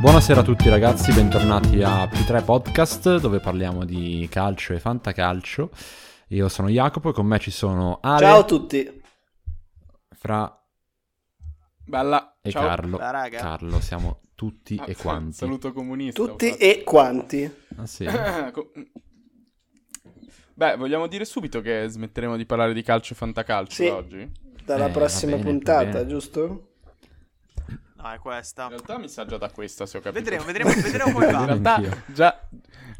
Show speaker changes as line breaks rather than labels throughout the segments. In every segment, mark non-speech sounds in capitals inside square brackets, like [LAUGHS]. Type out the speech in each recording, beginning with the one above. Buonasera a tutti ragazzi, bentornati a P3 Podcast dove parliamo di calcio e fantacalcio. Io sono Jacopo e con me ci sono Ale,
Ciao a tutti.
Fra
Bella.
e
Ciao.
Carlo.
Ciao, raga.
Carlo, siamo tutti
Ah,
e quanti.
Saluto comunista.
Tutti
ho
e quanti.
Ah, sì.
fatto. Co- Beh, vogliamo dire subito che smetteremo di parlare di calcio e fantacalcio
Sì.
da oggi? In
Dalla
Eh, va
prossima
bene, va
puntata,
bene.
giusto?
No, è questa.
realtà mi sa già da questa, se ho capito.
Vedremo, vedremo, vedremo come
[LAUGHS] In
va.
realtà
Anch'io.
già,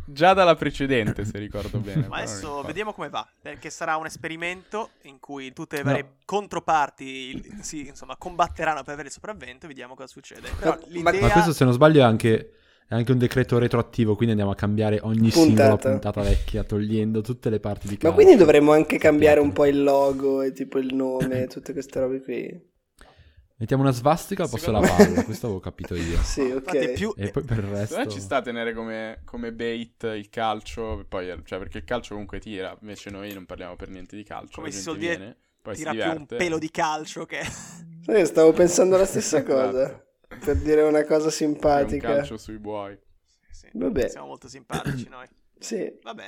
già dalla precedente, se ricordo bene.
Ma
però non
adesso
importa.
vediamo come va, perché sarà un esperimento in cui tutte le
No.
varie controparti si insomma, combatteranno per avere il sopravvento e vediamo cosa succede. Però
Ma-
l'idea...
Ma questo se non sbaglio è anche, è anche un decreto retroattivo, quindi andiamo a cambiare ogni singola
Puntata.
puntata vecchia, togliendo tutte le parti di calcio.
Ma quindi dovremmo anche cambiare un po' il logo e tipo
[LAUGHS]
il nome, tutte queste robe qui.
Mettiamo una svastica al posto della
Secondo me-
[LAUGHS]
palla, questo avevo capito io.
Sì,
Infatti è
ok.
più...
E poi per il
Secondo
resto...
me ci sta a tenere come, come bait il calcio, poi- cioè perché il calcio comunque tira, invece noi non parliamo per niente di calcio.
Come
la
si
gente
suol dire,
viene, poi si
tira più un
diverte.
pelo di calcio che... [LAUGHS]
Sai che stavo pensando la stessa cosa.
Esatto.
Per dire una cosa
È un
simpatica.
calcio sui buoi.
Sì, sì,
Vabbè.
Siamo molto simpatici noi.
Sì.
Vabbè...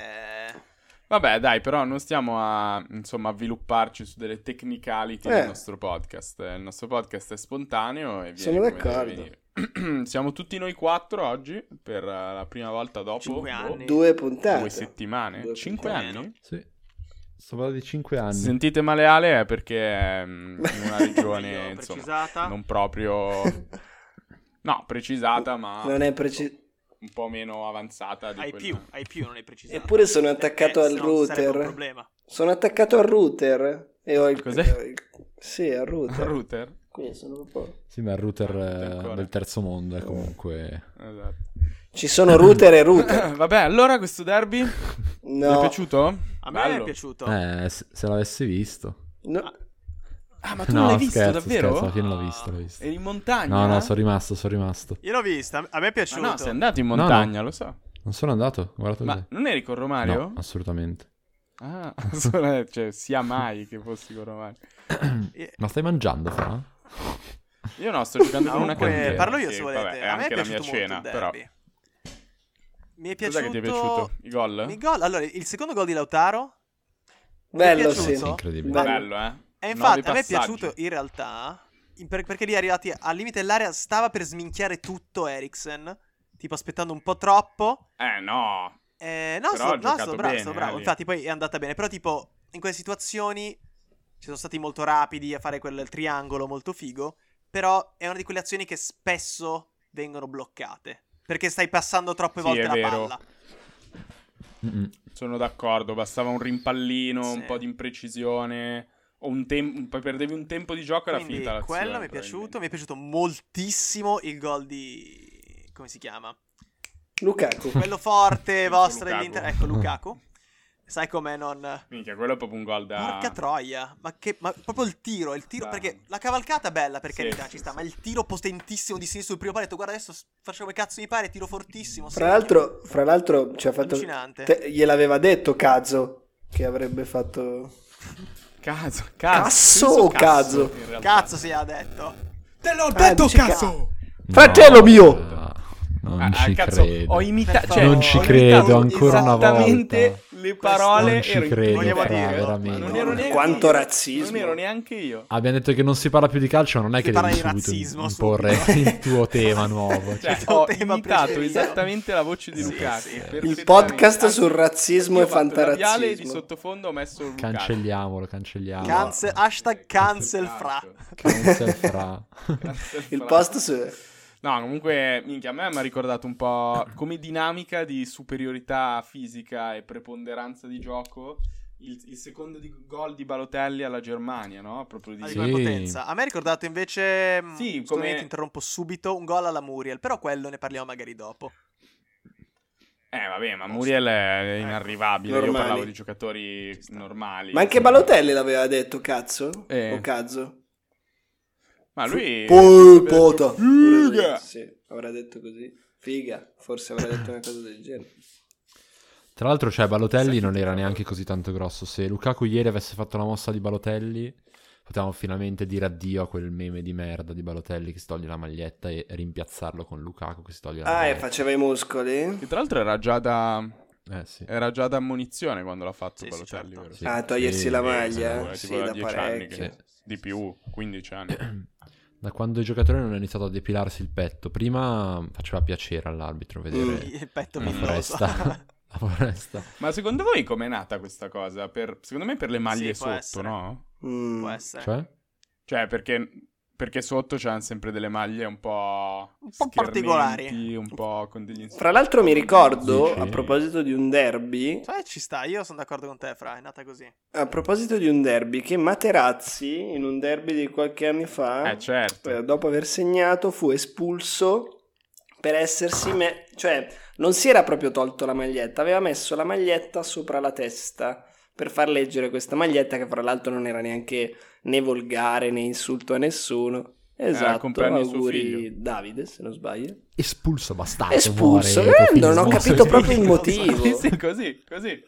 Vabbè, dai, però non stiamo a insomma avvilupparci su delle technicality
Eh.
del nostro podcast. Eh, Il nostro podcast è spontaneo e viene
Sono
come
d'accordo.
deve venire. [CLEARS THROAT] Siamo tutti noi quattro oggi per eh, la prima volta dopo
Cinque
boh,
anni.
Due puntate.
due settimane.
Due
Cinque
puntate.
anni?
Sì. Sto parlando di 5 anni.
Se Sentite male Ale è perché ehm, in
[LAUGHS]
una
Meglio
regione insomma
precisata.
non proprio no, precisata, ma
Non è preciso.
un po' meno avanzata di
Hai
quella-
più, hai più, non hai precisato.
Eppure sono attaccato
Perché
al
se no non sarebbe un
router.
problema.
Sono attaccato al router. E ho il...
Cos'è?
Sì, al router.
[LAUGHS] router.
Qui sono proprio-
Sì, ma il router eh,
Ancora.
del terzo mondo è comunque...
Esatto. [CLEARS THROAT]
Ci sono router e router.
Vabbè, allora questo derby
No.
ti è piaciuto?
A me è
Bello.
piaciuto.
Eh, se se l'avessi visto.
No.
Ah, ma tu
no,
non l'hai visto
scherzo,
davvero?
Scherzo, alla fine l'ho visto, l'ho visto.
Eri in montagna? eh?
No, no, sono rimasto, sono rimasto.
Io l'ho vista, a me è
Ma
piaciuto.
no, sei andato in
no.
montagna, lo so.
Non sono andato, guardate.
Ma non eri con Romario?
No, assolutamente.
Ah, solo- cioè, sia mai che fossi con Romario.
Eh,
Ma stai mangiando, Fra?
Io no, sto giocando con una
Comunque,
cantina.
cantina,
parlo io se
sì,
volete.
Vabbè, è
a me è
anche la mia
piaciuto molto
cena,
il
però.
derby. Mi è
Cos'è
piaciuto...
che ti è piaciuto? I gol?
Il gol, allora, il secondo gol di Lautaro.
Bello,
Mi è
sì.
piaciuto.
Incredibile.
Bello.
Bello, eh?
E
Nove
infatti, a me è
passaggi.
piaciuto in realtà. in- per- perché lì arrivati al limite dell'area stava per sminchiare tutto Eriksen. Tipo aspettando un po' troppo.
Eh, no.
Eh, no,
Però
sto,
ha
no,
giocato
sto bravo,
bene,
sto bravo.
Ali.
Infatti, poi è andata bene. Però, tipo, in quelle situazioni ci sono stati molto rapidi a fare quel triangolo molto figo. Però è una di quelle azioni che spesso vengono bloccate. Perché stai passando troppe
Sì,
volte
è
la
vero.
palla.
Mm-mm.
Sono d'accordo, bastava un rimpallino,
Sì.
un po' di imprecisione. O un tem- poi perdevi un tempo di gioco e era
Quindi
finita l'azione.
quello mi è piaciuto. Mi è piaciuto moltissimo il gol di. come si chiama?
Lukaku.
Quello forte
Penso
vostro
Lukaku.
dell'Inter. Ecco, Lukaku. Sai com'è non.
Minchia, quello è proprio un gol da...
Porca troia, ma che ma proprio il tiro, il tiro
Dai.
perché la cavalcata è bella per
Sì,
carità,
sì,
ci sta,
sì.
ma il tiro potentissimo di sinistro sul primo palo, ho detto, guarda adesso s- faccio come cazzo mi pare, tiro fortissimo.
Fra
segno.
l'altro, fra l'altro ci ha fatto...
allucinante.
te- gliel'aveva detto Cazzo che avrebbe fatto...
Caso, caso.
Cazzo
Penso
o caso?
in realtà.
Cazzo si ha detto.
Te l'ho
detto, Ah, dice cazzo!
Fratello
mio!
eh, Non
Ah, ah,
ci
cazzo,
credo.
ho imitato,
Per
cioè,
favore.
Non ci
ho
credo,
imitato
ancora una volta.
Esattamente le parole
Non ci
ero in-
credo,
vogliamo
fra,
dire,
veramente. Ah,
Non ero neanche
Quanto
io.
razzismo.
Non ero neanche io.
Abbiamo detto che non si parla più di calcio, non è
Si
che
parla
devi
di
subito
razzismo,
imporre
subito.
[LAUGHS] il tuo tema nuovo.
Cioè,
Il tuo
ho
tema
imitato
preferito.
esattamente la voce di
Sì,
Luca.
sì. Il
Il podcast sul razzismo e
E di
fantarazzismo.
sottofondo ho messo Luca.
Cancelliamolo, cancelliamolo.
Cance- hashtag cancel fra.
Cancel fra.
Cancel
Il
fra.
post su...
No, comunque, minchia, a me mi ha ricordato un po' come dinamica di superiorità fisica e preponderanza di gioco il, il secondo di- gol di Balotelli alla Germania, no? Proprio di...
Ma di
Sì.
quella potenza. A me ha ricordato invece mh,
Sì,
scusami,
come-
ti interrompo subito un gol alla Muriel, però quello ne parliamo magari dopo.
Eh, vabbè, ma Muriel è inarrivabile. Io
Normali.
parlavo di giocatori normali.
Ma anche Balotelli l'aveva detto Cazzo?
Eh.
O Cazzo?
Ma lui...
Poi, pota.
Figa!
Sì, avrà detto così. Figa, forse avrà detto una cosa del
[COUGHS]
genere.
Tra l'altro, cioè, Balotelli
Sai chi
non
ti
era
trovo?
neanche così tanto grosso. Se Lukaku ieri avesse fatto la mossa di Balotelli, potevamo finalmente dire addio a quel meme di merda di Balotelli che si toglie la maglietta e rimpiazzarlo con Lukaku che si toglie la
Ah, e
maglietta.
faceva i muscoli?
Che tra l'altro era già da,
eh sì.
era già da ammonizione quando l'ha fatto
Sì, sì,
Balotelli,
certo.
vero?
Sì.
Ah, togliersi
Sì,
la
sì,
maglia?
Tipo
Sì,
da
da
10 anni
parecchio.
che- Di più, 15 anni.
Da quando i giocatori hanno iniziato a depilarsi il petto, prima faceva piacere all'arbitro
Mm,
vedere
Il petto
la
bifroso.
foresta. [LAUGHS] la
[LAUGHS]
foresta.
Ma secondo voi com'è nata questa cosa? Per- secondo me per le maglie
Sì, può
sotto,
essere.
no?
Mm.
[LAUGHS] Può essere.
Cioè?
Cioè, perché, perché sotto c'hanno sempre delle maglie un po'...
Un po' particolari.
schernenti, Un po' con degli...
Fra l'altro mi ricordo,
Dici?
a proposito di un derby,
Cioè, ci sta, io sono d'accordo con te, Fra, è nata così.
a proposito di un derby, che Materazzi, in un derby di qualche anno fa,
Eh, certo.
eh, dopo aver segnato, fu espulso per essersi... me- cioè, non si era proprio tolto la maglietta, aveva messo la maglietta sopra la testa per far leggere questa maglietta che fra l'altro non era neanche né volgare né insulto a nessuno. Esatto,
compagno di suo figlio.
auguri Davide, se non sbaglio.
Espulso bastardo.
Espulso,
muore,
eh, non ho
trophismo.
capito proprio il
Sì,
motivo.
[LAUGHS] sì, così, così.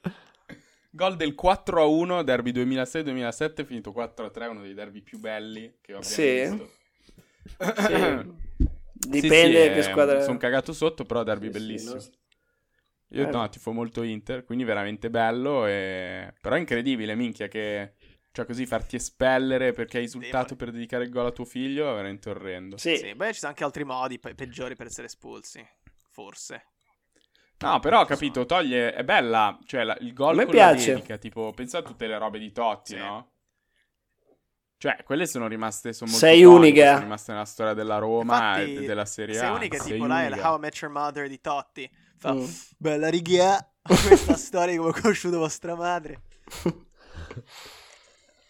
Gol del 4-1, derby 2006-2007, finito 4-3, uno dei derby più belli che ho abbiamo
Sì.
visto. [LAUGHS]
Sì. Dipende che squadra...
Sono eh, cagato sotto, però derby
Sì, sì,
bellissimo.
no?
Io
Eh.
no, tifo molto Inter, quindi veramente bello. E... Però è incredibile, minchia, che cioè così farti espellere perché hai esultato per dedicare il gol a tuo figlio è veramente orrendo.
Sì.
Sì, beh, ci sono anche altri modi pe- peggiori per essere espulsi. Forse.
No, però ho capito, toglie, è bella, cioè la- il
A
gol
me
con la
piace.
dedica, tipo, pensa a tutte le robe di Totti,
Sì.
no? Cioè, quelle sono rimaste, sono molto
Sei eh.
iconiche,
unica.
sono rimaste nella storia della Roma
Infatti,
e della Serie A.
Sei unica,
Sei
tipo, là è la
unica.
How I Met Your Mother di Totti. Fa, [LAUGHS]
Mm.
bella riga, questa [LAUGHS] storia di come ho conosciuto vostra madre.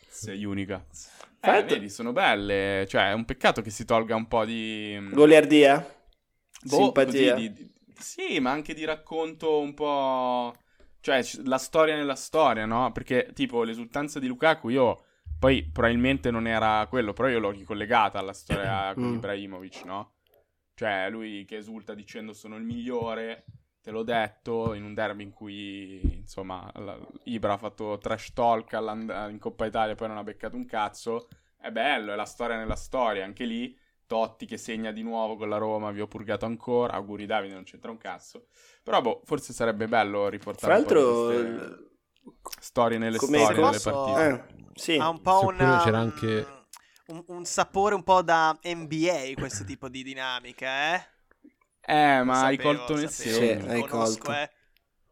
Sei unica. Eh,
Fatto.
vedi, sono belle, cioè è un peccato che si tolga un po' di... mm,
Goliardia?
boh,
Simpatia.
così, di- di- sì, ma anche di racconto un po'... Cioè, c- la storia nella storia, no? Perché, tipo, l'esultanza di Lukaku, io... Poi, probabilmente non era quello, però io l'ho ricollegata alla
[CLEARS THROAT]
storia con
Mm.
Ibrahimovic, no? Cioè, lui che esulta dicendo sono il migliore, te l'ho detto, in un derby in cui, insomma, la- Ibra ha fatto trash talk all'and- in Coppa Italia, poi non ha beccato un cazzo. È bello, è la storia nella storia, anche lì... Totti che segna di nuovo con la Roma, vi ho purgato ancora. Auguri Davide, non c'entra un cazzo. Però boh, forse sarebbe bello
Tra
riportare un po' di
l'altro...
queste storie nelle
come-
storie
come
delle
posso-
partite.
eh, sì.
ha un po'
Su quello
una, mm,
c'era anche-
un, un sapore un po' da NBA questo tipo di dinamica, eh?
Eh,
Lo
ma hai
sapevo,
colto
lo
nel
sapevo,
segno.
Sì,
lo
hai
conosco,
colto.
eh.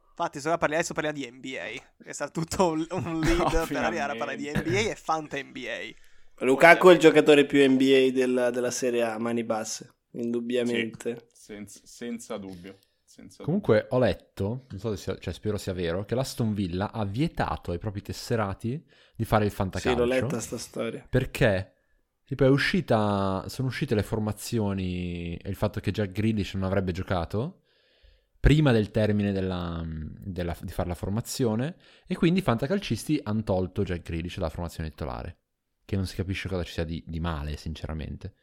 Infatti, se ora parli- adesso parliamo di NBA. È stato tutto un, un lead
[LAUGHS] No,
per arrivare a parlare di
finalmente.
NBA e Fanta NBA.
Lukaku è il giocatore più NBA della, della Serie A, mani basse, indubbiamente.
Senza, senza dubbio. senza
Comunque ho letto, non so se sia- cioè, spero sia vero, che l'Aston Villa ha vietato ai propri tesserati di fare il
Sì,
fantacalcio.
l'ho letta sta storia.
Perché? Tipo è uscita, sono uscite le formazioni e il fatto che Jack Grealish non avrebbe giocato prima del termine della- della- di fare la formazione e quindi i fantacalcisti hanno tolto Jack Grealish dalla formazione titolare, che non si capisce cosa ci sia di, di male sinceramente.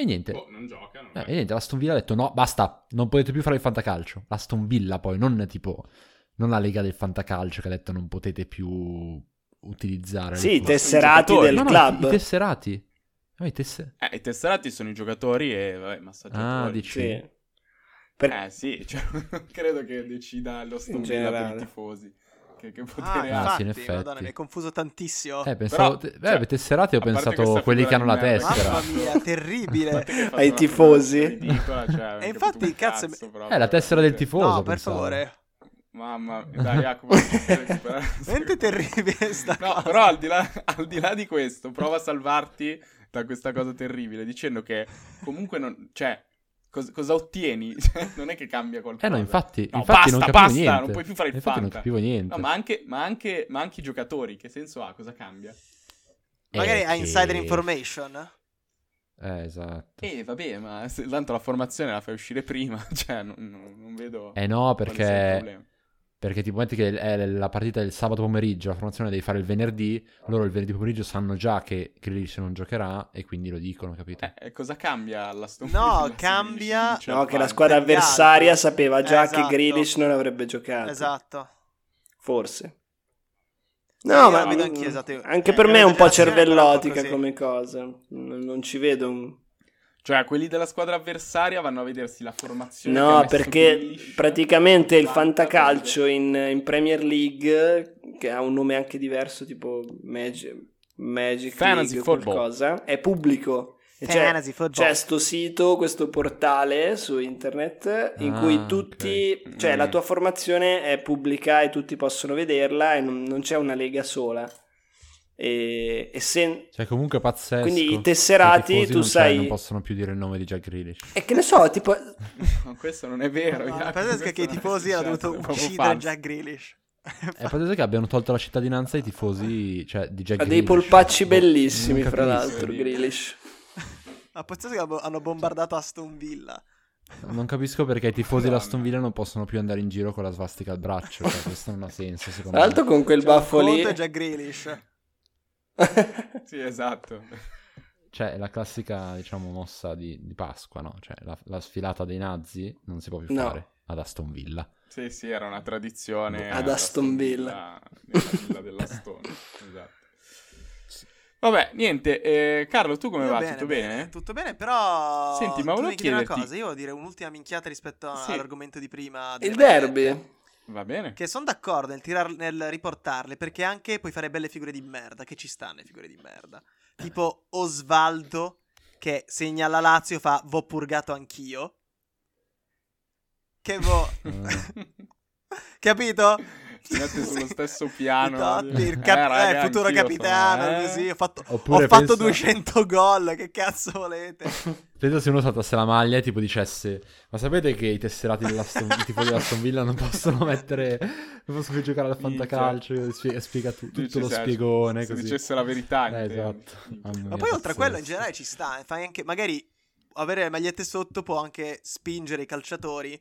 E niente,
dubbio. Boh, non gioca. non
eh,
è.
e niente, l'Aston Villa ha detto no, basta, non potete più fare il fantacalcio. L'Aston Villa poi, non tipo, non la lega del fantacalcio che ha detto non potete più utilizzare. le
Sì, i
forze.
tesserati
giocatori.
del
No, no,
club.
I, i tesserati. No, i tesse-
Eh, i tesserati sono i giocatori e vabbè, massaggiatori.
Ah, dici.
Sì. Per-
Eh sì, [LAUGHS] cioè, credo che decida lo Aston
In
Villa per i
generale.
tifosi. Che, che
Ah,
potere ha.
Ah, sì,
infatti,
in effetti.
madonna, mi è confuso tantissimo.
Eh, pensavo...
Però,
te-
cioè,
eh, tesserati ho
a parte
pensato
questa
quelli che hanno la
figura di merda.
tessera.
Mamma mia,
[LAUGHS]
terribile.
Te che hai fatto
Ai
una
tifosi.
figura ridicola, cioè, non
E
ho
infatti,
capito un
cazzo,
proprio,
Eh, la tessera del
veramente.
tifoso.
no, per
pensavo.
favore.
Mamma,
[LAUGHS]
dai Jacopo, non posso recuperare questa cosa.
Veramente terribile sta
[LAUGHS] No,
cosa.
però al di, là, al di là di questo, prova a salvarti da questa cosa terribile dicendo che comunque non... Cioè, cos- cosa ottieni? [LAUGHS] Cioè, non è che cambia qualcosa.
Eh no, infatti,
No,
infatti non
basta,
capivo
basta,
niente.
non puoi più fare il
Infatti non
fanta.
capivo niente.
No, ma anche, ma anche- ma anche i giocatori, che senso ha? Cosa cambia?
Magari
Eh,
ha insider
che-
information.
Eh, esatto.
Eh, vabbè, ma se- tanto la formazione la fai uscire prima, [LAUGHS] cioè, non, non- non vedo...
Eh no,
quale sia il
perché...
problema.
Perché tipo metti che è la partita del sabato pomeriggio, la formazione la devi fare il venerdì, loro il venerdì pomeriggio sanno già che Grealish non giocherà e quindi lo dicono, capito?
Eh, cosa cambia [LAUGHS] la cioè, Aston
No,
Villa se
cambia-
[LAUGHS] non riesce a
No, che la
fare?
squadra
Per gli altri.
avversaria sapeva già
Esatto.
che Grealish non avrebbe giocato.
Esatto.
Forse. No,
Io
ma
la vedo anch'io, esatto.
anche
Eh,
per me è un po'
esagerazione, però un po'
cervellotica
così.
come cosa. N- Non ci vedo un...
Cioè, quelli della squadra avversaria vanno a vedersi la
Cioè,
formazione. che ha
No,
messo
perché
Grealish.
praticamente il
Guarda,
fantacalcio in, in Premier League, che ha un nome anche diverso, tipo Mag- Magic
Fantasy
League o
Football.
qualcosa, è pubblico. E C'è,
Fantasy football.
c'è sto sito, questo portale su internet in
Ah,
cui tutti,
ok.
cioè la
Mm.
tua formazione è pubblica e tutti possono vederla e non, non c'è una lega sola. E, e se-
Cioè, comunque pazzesco.
quindi i
I
tesserati,
tifosi
tu
non c'è, Non
sai...
possono più dire il nome di Jack
[LAUGHS]
Grealish.
E che ne so, tipo,
No, questo non è vero.
No,
Jacopo,
il pazzesco è
Ah, questo
che i
non è
tifosi hanno
successo,
dovuto
è proprio
uccidere
falso.
Jack Grealish.
È pazzesco che abbiano tolto la cittadinanza ai tifosi cioè, di Jack
ha dei
Grealish.
polpacci
Boh,
bellissimi,
non
fra
capisco.
l'altro, Grealish.
Ma pazzesco che hanno- hanno bombardato Aston Villa.
Non capisco perché i tifosi
Madonna.
dell'Aston Villa non possono più andare in giro con la svastica al braccio. cioè, questo non ha [LAUGHS] senso, secondo
Tra l'altro
me.
con quel baffo lì... [LAUGHS]
Conto è Jack Grealish.
Sì, esatto.
Cioè, è la classica, diciamo, mossa di, di Pasqua, no? Cioè, la, la sfilata dei nazi non si può più
No.
fare ad Aston Villa.
Sì, sì, era una tradizione.
Ad Aston Villa.
Nella villa dell'Aston. esatto. Vabbè, niente. eh, Carlo, tu come
Io
va? Tutto bene?
Tutto bene, però.
Senti, ma
tu
volevo
mi chiedi
chiederti-
una cosa. Io volevo dire un'ultima minchiata rispetto a-
Sì.
all'argomento di prima. delle
Il
magliette,
Eh,
derby.
Va bene.
Che sono d'accordo nel, tirar- nel riportarle perché anche puoi fare belle figure di merda. Che ci stanno le figure di merda. Tipo Osvaldo che segna la Lazio, fa V'ho purgato anch'io.
[LAUGHS]
Che vo. [LAUGHS] Capito?
Ci
[LAUGHS]
mette sullo stesso piano.
Totti, il
Eh,
cap-
raga,
eh, futuro
anch'io
capitano.
sono- eh.
Così ho fatto, ho
Oppure
fatto
pensa-
200 gol. Che cazzo volete?
Penso se uno saltasse la maglia e tipo dicesse: Ma sapete che i tesserati dell'Aston, i tifosi dell'Aston Villa non possono mettere. Non possono più giocare al
Minchia.
fantacalcio. e spie- e spiega tu- tutto
Dici,
lo
se-
spiegone.
Se
così.
dicesse la verità.
Eh,
in te-
esatto. Mamma
Ma
mia,
poi oltre a quello in
pazzesco.
generale ci sta, eh, fai anche magari avere le magliette sotto può anche spingere i calciatori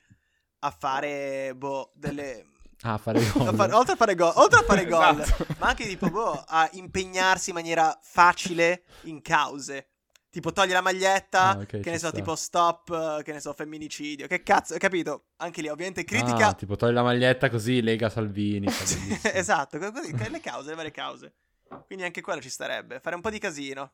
a fare boh delle
Ah,
[LAUGHS]
fare
a
gol.
fare- oltre a fare gol, oltre a
[LAUGHS]
fare gol,
Esatto.
ma anche tipo boh a impegnarsi in maniera facile in cause. Tipo togli la maglietta,
Ah, ok,
che
ci
ne so,
sta.
tipo stop, eh, che ne so, femminicidio, che cazzo, capito? Anche lì ovviamente critica
Ah,
[LAUGHS]
tipo togli la maglietta così, lega Salvini. fa bellissimo.
Esatto, co- così, le cause, le varie cause. Quindi anche quello ci starebbe, fare un po' di casino.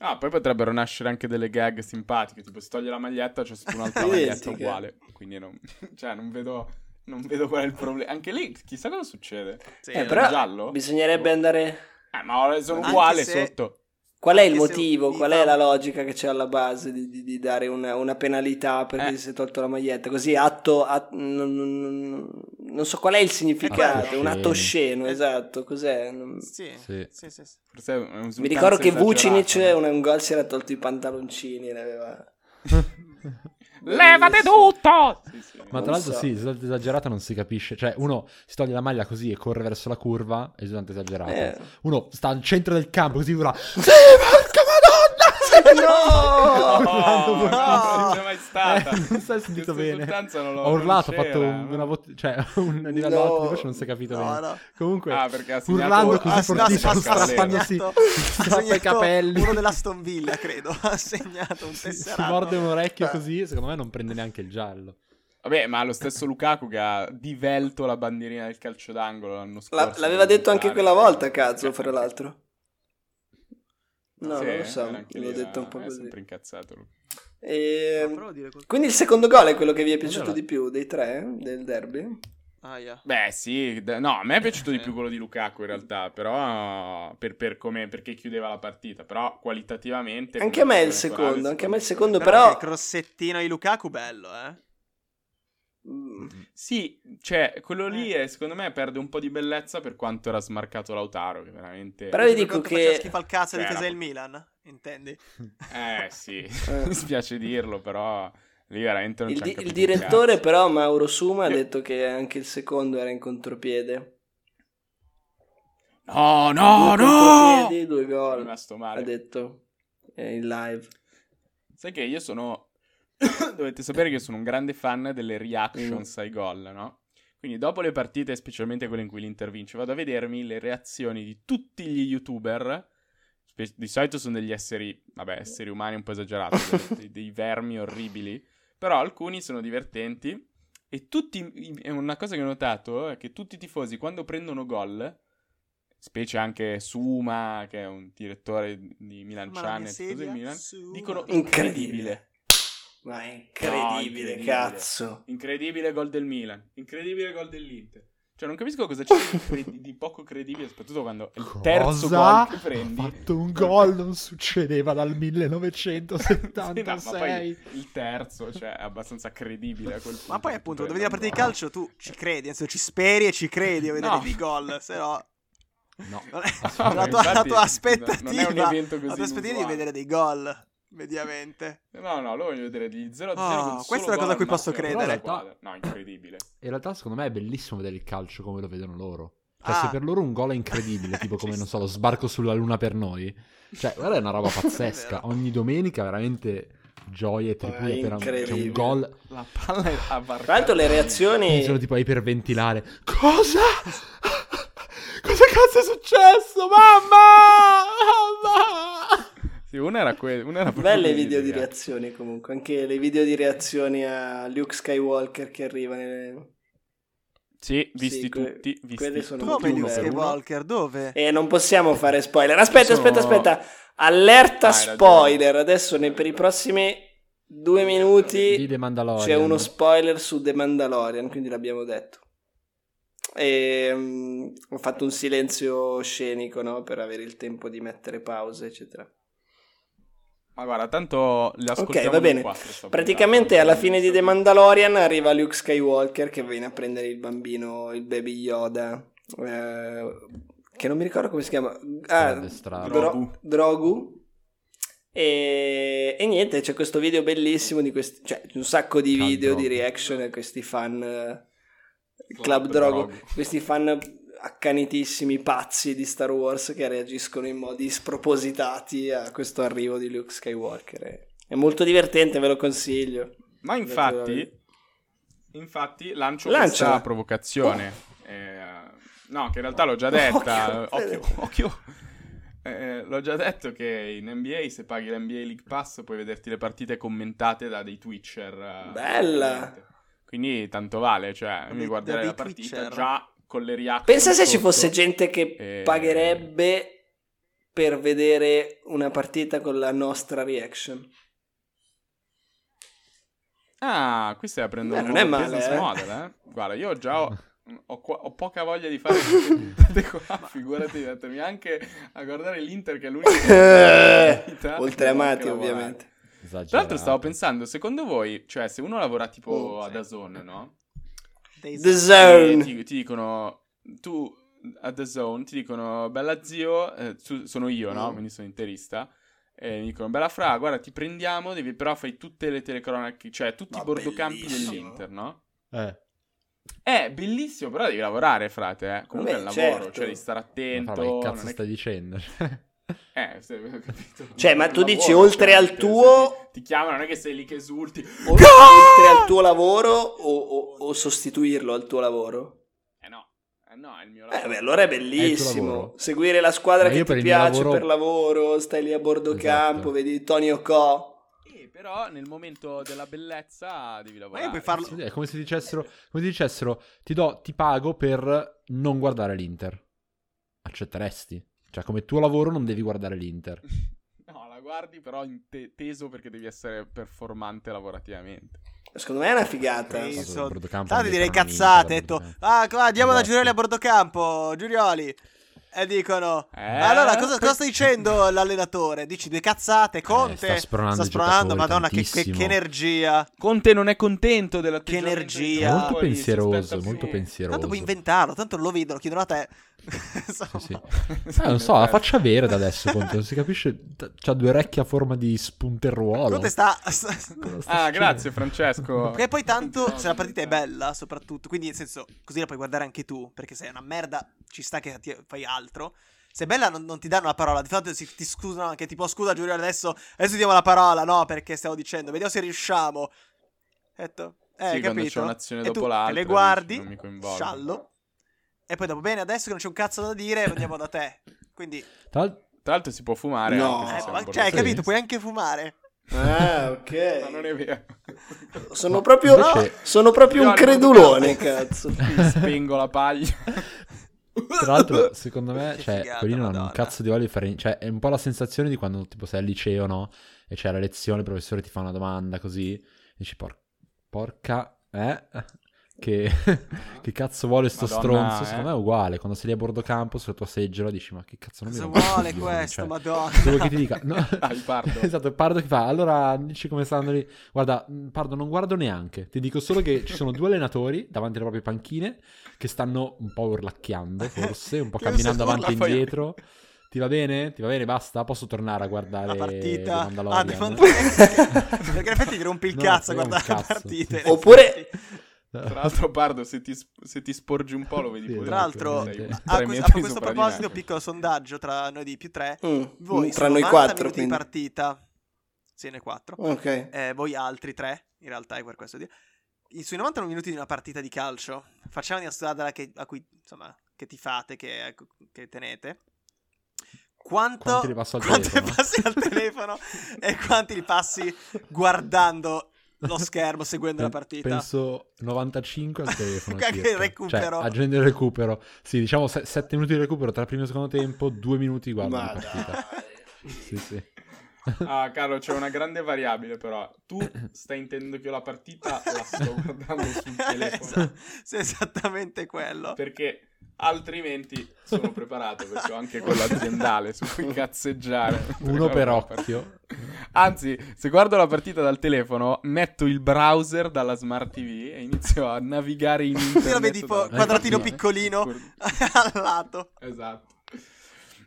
Ah, poi potrebbero nascere anche delle gag simpatiche, tipo si toglie la maglietta c'è sotto
[LAUGHS]
un'altra
Identiche.
maglietta uguale, quindi non, [LAUGHS] cioè, non vedo, non vedo qual è il problema. Anche lì, chissà cosa succede.
Sì,
Eh,
È
però-
giallo?
Bisognerebbe andare...
Eh, ma ora sono
Anche
uguale
se-
sotto.
Qual è il
Anche se
motivo?
mi
Qual
fa-
è la logica che c'è alla base di, di- di dare una, una penalità per
Eh.
chi si è tolto la maglietta? Così atto... at- non, non- non- non so qual è il significato,
quello.
un atto
Osceno.
Eh.
osceno, esatto, cos'è? Non-
Sì,
Sì.
sì, sì, sì.
Forse è un'esultanza
Mi ricordo che
esagerata,
Vucinic
no?
un, un gol si era tolto i pantaloncini, ne aveva...
Levate tutto! Sì, sì.
Ma tra
Non
l'altro,
so.
sì, risultante esagerata non si capisce. Cioè, uno si toglie la maglia così e corre verso la curva. E risultante esagerato.
Eh.
Uno sta al centro del campo così urla. Sì, [LAUGHS] porca madonna!
Oh, No,
Urlando
no,
durissimo.
non c'è mai stata.
Eh, [LAUGHS] non so se ho sentito
Questa
bene.
esultanza non l'ho-
Ho urlato, ho
non
fatto
c'era,
un-
no?
una voce, cioè [LAUGHS] un livello
No.
alto di voce, non si è capito
No,
bene.
no.
Comunque,
Ah, perché ha segnato-
urlando
ah,
così
sì, no,
fortissimo,
si fa
ha
strappando,
strappandosi
segnato-
strappa i capelli.
[LAUGHS] uno dell'Aston Villa, credo. Ha segnato un
[LAUGHS] si, si
tesserato.
morde un orecchio
Beh,
così, secondo me non prende neanche il giallo.
Vabbè, ma lo stesso Lukaku che ha divelto la bandierina del calcio d'angolo l'anno
La-
scorso.
l'aveva detto anche quella volta, cazzo,
Eh,
fra l'altro. No,
sì,
non lo so,
era anche
l'ho
lì,
detto un
era-
po'
è
così.
sempre incazzato lui.
E...
ma provo Eh, a dire qualcosa.
Quindi il secondo gol è quello che vi è piaciuto
Allora.
di più dei tre eh, del derby?
Aia.
Beh, sì, d- no, a me è piaciuto di
Eh.
più quello di Lukaku in realtà, però per, per come, perché chiudeva la partita, però qualitativamente...
Anche a me il
come
secondo,
personale,
anche a me il
sicuramente-
secondo,
Però anche
però...
il crossettino di Lukaku bello, eh.
Mm,
Sì, cioè, quello lì
Eh.
è, secondo me perde un po' di bellezza per quanto era smarcato Lautaro, che veramente...
Però io
Per
dico
quanto
che-
faceva schifo al cazzo di
Beh,
difesa
era-
del Milan, intendi?
Eh, sì, [LAUGHS]
Eh.
mi spiace dirlo, però lì veramente non
Il,
c'è
di- il direttore però, Mauro Suma, ha detto che anche il secondo era in contropiede.
No, no,
Due
no!
contropiedi, due
Sono
gol.
rimasto
Ha
male.
detto eh, in live.
Sai che io sono. [COUGHS] Dovete sapere che io sono un grande fan delle
Mm.
reactions ai gol, no? Quindi dopo le partite, specialmente quelle in cui l'Inter vince, vado a vedermi le reazioni di tutti gli youtuber. Spe- Di solito sono degli esseri, vabbè, esseri umani un po'
[LAUGHS]
esagerati, dei- dei, dei vermi orribili. Però alcuni sono divertenti. eh, E tutti, è una cosa che ho notato, è che tutti i tifosi quando prendono gol specie anche Suma, che è un direttore di Milan
Ma la mia
Channel, tifoso del
sedia
Milan,
su-
dicono
Incredibile.
incredibile.
Ma è incredibile,
incredibile.
cazzo.
Incredibile gol del Milan, incredibile gol dell'Inter. Cioè, non capisco cosa c'è di, cre- di poco credibile, soprattutto quando è il terzo gol che prendi.
non succedeva dal
[LAUGHS] Sì, no, ma poi il terzo, cioè, è abbastanza credibile a quel punto.
Ma poi appunto,
Tu
quando vedi la partita di
prendi
calcio tu ci credi, anzi ci speri e ci credi a vedere
No.
i gol, se no...
[LAUGHS]
No.
un
non è-
gol. [LAUGHS]
La
No,
tua, la
infatti,
tua aspettativa,
Non è un evento così
la tua aspettativa è di
inusuale.
vedere dei gol, mediamente.
No, no, lo voglio vedere di 0 0
Oh, questa è la cosa a cui posso
credere.
No, incredibile.
In realtà, secondo me è bellissimo vedere il calcio come lo vedono loro. Cioè,
Ah.
se per loro un gol è incredibile, tipo come,
Ci
non so, lo sbarco sulla luna per noi. Cioè, guarda, è una roba pazzesca.
Vero.
Ogni domenica veramente gioie e tripure
Ah,
per un, cioè,
incredibile.
un gol.
La palla è avvarcata.
Tra l'altro le reazioni...
Sono tipo a iperventilare. Cosa? Cosa cazzo è successo? Mamma! Mamma!
Sì, una era quella, una era proprio
Belle
quella
video di
lì, ragazzi.
reazioni comunque, anche le video di reazioni a Luke Skywalker che arriva nelle...
Sì, visti
Sì, que-
tutti, visti
quelle sono
tutti
Come
molto
uno
Luke
belle.
per uno.
Skywalker, dove?
E non possiamo fare spoiler. Aspetta,
Sono- Ah,
aspetta, aspetta. Allerta
Hai ragione.
spoiler. Adesso nei- per i prossimi due
Di
minuti
The Mandalorian.
c'è uno spoiler su The Mandalorian, quindi l'abbiamo detto. E, mm, ho fatto un silenzio scenico no? per avere il tempo di mettere pause, eccetera.
Ma guarda, tanto le ascoltiamo
Ok, va bene.
noi quattro, sta
Praticamente
puntata.
alla fine di The Mandalorian arriva Luke Skywalker che viene a prendere il bambino, il baby Yoda, eh, che non mi ricordo come si chiama. Ah,
Grande strada.
Dro-
Grogu.
Drogu. E, e niente, c'è questo video bellissimo di questi, cioè un sacco di
Club
video di
Drogo.
reaction a questi fan eh, Club,
Club
Drogo,
Drogo.
questi fan accanitissimi pazzi di Star Wars che reagiscono in modi spropositati a questo arrivo di Luke Skywalker. È- È molto divertente, ve lo consiglio.
Ma infatti, infatti lancio
Lancia. Oh.
questa provocazione. Eh, no, che in realtà l'ho già detta.
[LAUGHS] Occhio.
Occhio, occhio. Eh, l'ho già detto che in NBA, se paghi l'NBA League Pass, puoi vederti le partite commentate da dei Twitcher. eh,
Bella.
ovviamente. Quindi tanto vale, cioè,
Da
mi
dei- da
guarderei
dei
la partita
Twitcher.
già con le reaction
Pensa se ci
sotto.
fosse gente che
Eh.
pagherebbe per vedere una partita con la nostra reaction.
Ah, questa è a prendere
Beh,
un
non è
nuovo
male,
business
eh.
model, eh. Guarda, io già ho, ho qua- ho poca voglia di fare
[LAUGHS]
queste puntate qua, figurati di mettermi anche a guardare l'Inter che è l'unica
[LAUGHS]
attività
Oltre
che
a
può anche
Eh. Mati,
lavorare.
ovviamente.
Tra l'altro stavo pensando, secondo voi, cioè se uno lavora tipo
Oh,
ad
sì.
Azone, no?
Dei-
The
E
Zone.
ti, ti dicono, tu a The Zone ti dicono, bella zio, eh, su- sono io, no?
Mm.
Quindi sono interista. E mi dicono, bella Fra, guarda, ti prendiamo, devi però fai tutte le telecronache, cioè tutti
Ma
i bordocampi
bellissimo.
dell'Inter, no?
Eh,
È bellissimo, però devi lavorare, frate. eh.
Vabbè,
Comunque è un lavoro,
certo.
cioè devi stare
ma
attento.
fra, ma che
non
cazzo
è
stai dicendo? [LAUGHS]
Eh, se- [LAUGHS] ho capito.
Cioè, ma
È un
tu dici
lavoro,
oltre
cioè,
al
se ti-
tuo-
Ti, chiamano, non è che sei lì che esulti.
O- Oltre al tuo lavoro o, o- o sostituirlo al tuo lavoro?
Eh no, eh no, è il mio lavoro.
Eh, beh, allora è
È il tuo
bellissimo.
lavoro.
Seguire la squadra
Ma
che
io
ti
per il mio
piace
lavoro-
per lavoro, stai lì a bordo
Esatto.
campo, vedi Tonio Co.
Eh, però nel momento della bellezza devi
Ma
lavorare.
io puoi farlo...
Sì, È Cioè, come se dicessero, come se dicessero ti, do, ti pago per non guardare l'Inter. Accetteresti? Cioè, come tuo lavoro non devi guardare l'Inter.
No, la guardi però in te- teso perché devi essere performante lavorativamente.
Secondo me è una figata.
Sì,
Fatto
so-
il Brodocampo
Tanto
non
direi
dicono
cazzate, ho
niente,
detto,
Brodocampo.
ah, qua, andiamo da
Esatto.
Giurioli a Bordocampo, Giurioli. E dicono,
Eh?
allora cosa, cosa sta dicendo l'allenatore? Dici due cazzate, Conte
Eh, sta spronando i
spronando,
giocatori
madonna che, che-
tantissimo.
che energia.
Conte non è contento della
energia.
Molto
Poi
pensieroso,
[LAUGHS]
molto pensieroso.
Tanto puoi inventarlo, tanto lo vedono, chiedono a te. [LAUGHS] Insomma,
Sì, sì. Ah, non so, la
esatto.
faccia vera da adesso, Conte, non si capisce, t- c'ha due orecchie a forma di spunterruolo.
Conte sta...
[LAUGHS] Cosa sta
Ah,
succedendo?
grazie
[LAUGHS]
Francesco.
Perché poi tanto se la partita è bella, soprattutto, quindi nel senso, così la puoi guardare anche tu, perché se è una merda ci sta che ti- fai altro. Se è bella non, non ti danno la parola, di fatto si- ti scusano anche tipo scusa Giulio adesso, adesso ti diamo la parola, no, perché stavo dicendo, vediamo se riusciamo. Detto, eh,
Sì, quando
capito?
c'è un'azione
E
dopo
tu
l'altra,
Te le
dici,
guardi,
non mi coinvolge.
sciallo, e poi dopo bene, adesso che non c'è un cazzo da dire, andiamo da te. Quindi, eh,
Tra l'altro-
Tra l'altro si può fumare.
No.
anche se
ma-
sei
siamo
un
cioè, hai
sì.
capito, puoi anche fumare.
Ah,
bordello. [LAUGHS] Ma non
ok.
è vero.
Sono proprio,
Invece-
sono proprio
Io
un
al Bordocampo-
credulone, cazzo.
[LAUGHS]
Mi Spengo la paglia.
Tra l'altro, secondo me,
Che
cioè,
figata,
quelli non hanno un
Madonna.
cazzo di voglia di fare. Cioè, è un po' la sensazione di quando tipo sei al liceo, no? E c'è la lezione, il professore ti fa una domanda così. E dici, "Por- porca, eh? Che, [LAUGHS] che cazzo vuole sto
Madonna,
stronzo? Secondo
eh.
me è uguale. Quando sei lì a bordo campo, sulla tua seggiola, dici, ma che cazzo non mi
Cosa
rompe i
vuole
coglioni?"
questo,
Cioè,
madonna?
Quello che ti dica. No.
Ah, il
[LAUGHS]
pardo.
Esatto, il Pardo che fa. Allora dici come stanno lì. Guarda, mh, Pardo, non guardo neanche. Ti dico solo che ci sono due allenatori davanti alle proprie panchine che stanno un po' urlacchiando, forse, un po'
[LAUGHS] Che
camminando
urla,
avanti e
poi-
indietro. Ti va bene? Ti va bene? Basta? Posso tornare a guardare
La partita.
The
Ah,
Mandalorian?
The
[LAUGHS]
Mandalorian. Perché in effetti ti rompi il
No,
cazzo a
frega un
guardare la
cazzo.
partita. in
Oppure-
effetti.
Tra l'altro, Pardo, se ti, sp- se ti sporgi un po', lo vedi
Sì,
pure.
Tra l'altro, a,
Sei
a
tre
Ah, questo- a
metri
questo
sopra di
proposito,
me.
piccolo sondaggio tra noi di più tre.
Mm,
Voi,
tra
su
noi
90
quattro,
minuti di
quindi.
partita, sì, noi quattro.
Ok.
Eh, voi altri tre, in realtà è per questo dire. I- Sui 90 minuti di una partita di calcio, facciamo una squadra che, a cui, insomma, che tifate, che, che tenete. Quanto,
Quanti li passo al
quanti
telefono?
passi
[LAUGHS]
al telefono e quanti li passi guardando lo schermo, seguendo la
Pen-
partita?
Penso 95 al telefono.
Anche
circa.
il recupero.
Cioè, agenda il recupero. Sì, diciamo 7 minuti di recupero tra primo e secondo tempo, 2 minuti guardo la
Ma
partita.
dai.
Sì, sì.
Esatto.
Ah, Carlo, c'è una grande variabile, però.
[COUGHS]
Tu stai intendendo che io la partita Ah, la
Esatto.
sto guardando
[LAUGHS]
sul telefono.
Esa- sì, esattamente quello.
Perché altrimenti sono preparato, perché ho anche quello aziendale su
[LAUGHS]
cui cazzeggiare.
Uno per
Guarda la partita.
occhio.
Anzi, se guardo la partita dal telefono, metto il browser dalla smart TV e inizio a navigare
[LAUGHS]
in internet.
la vedi tipo
dalla
quadratino
partita.
piccolino. al lato.
Esatto.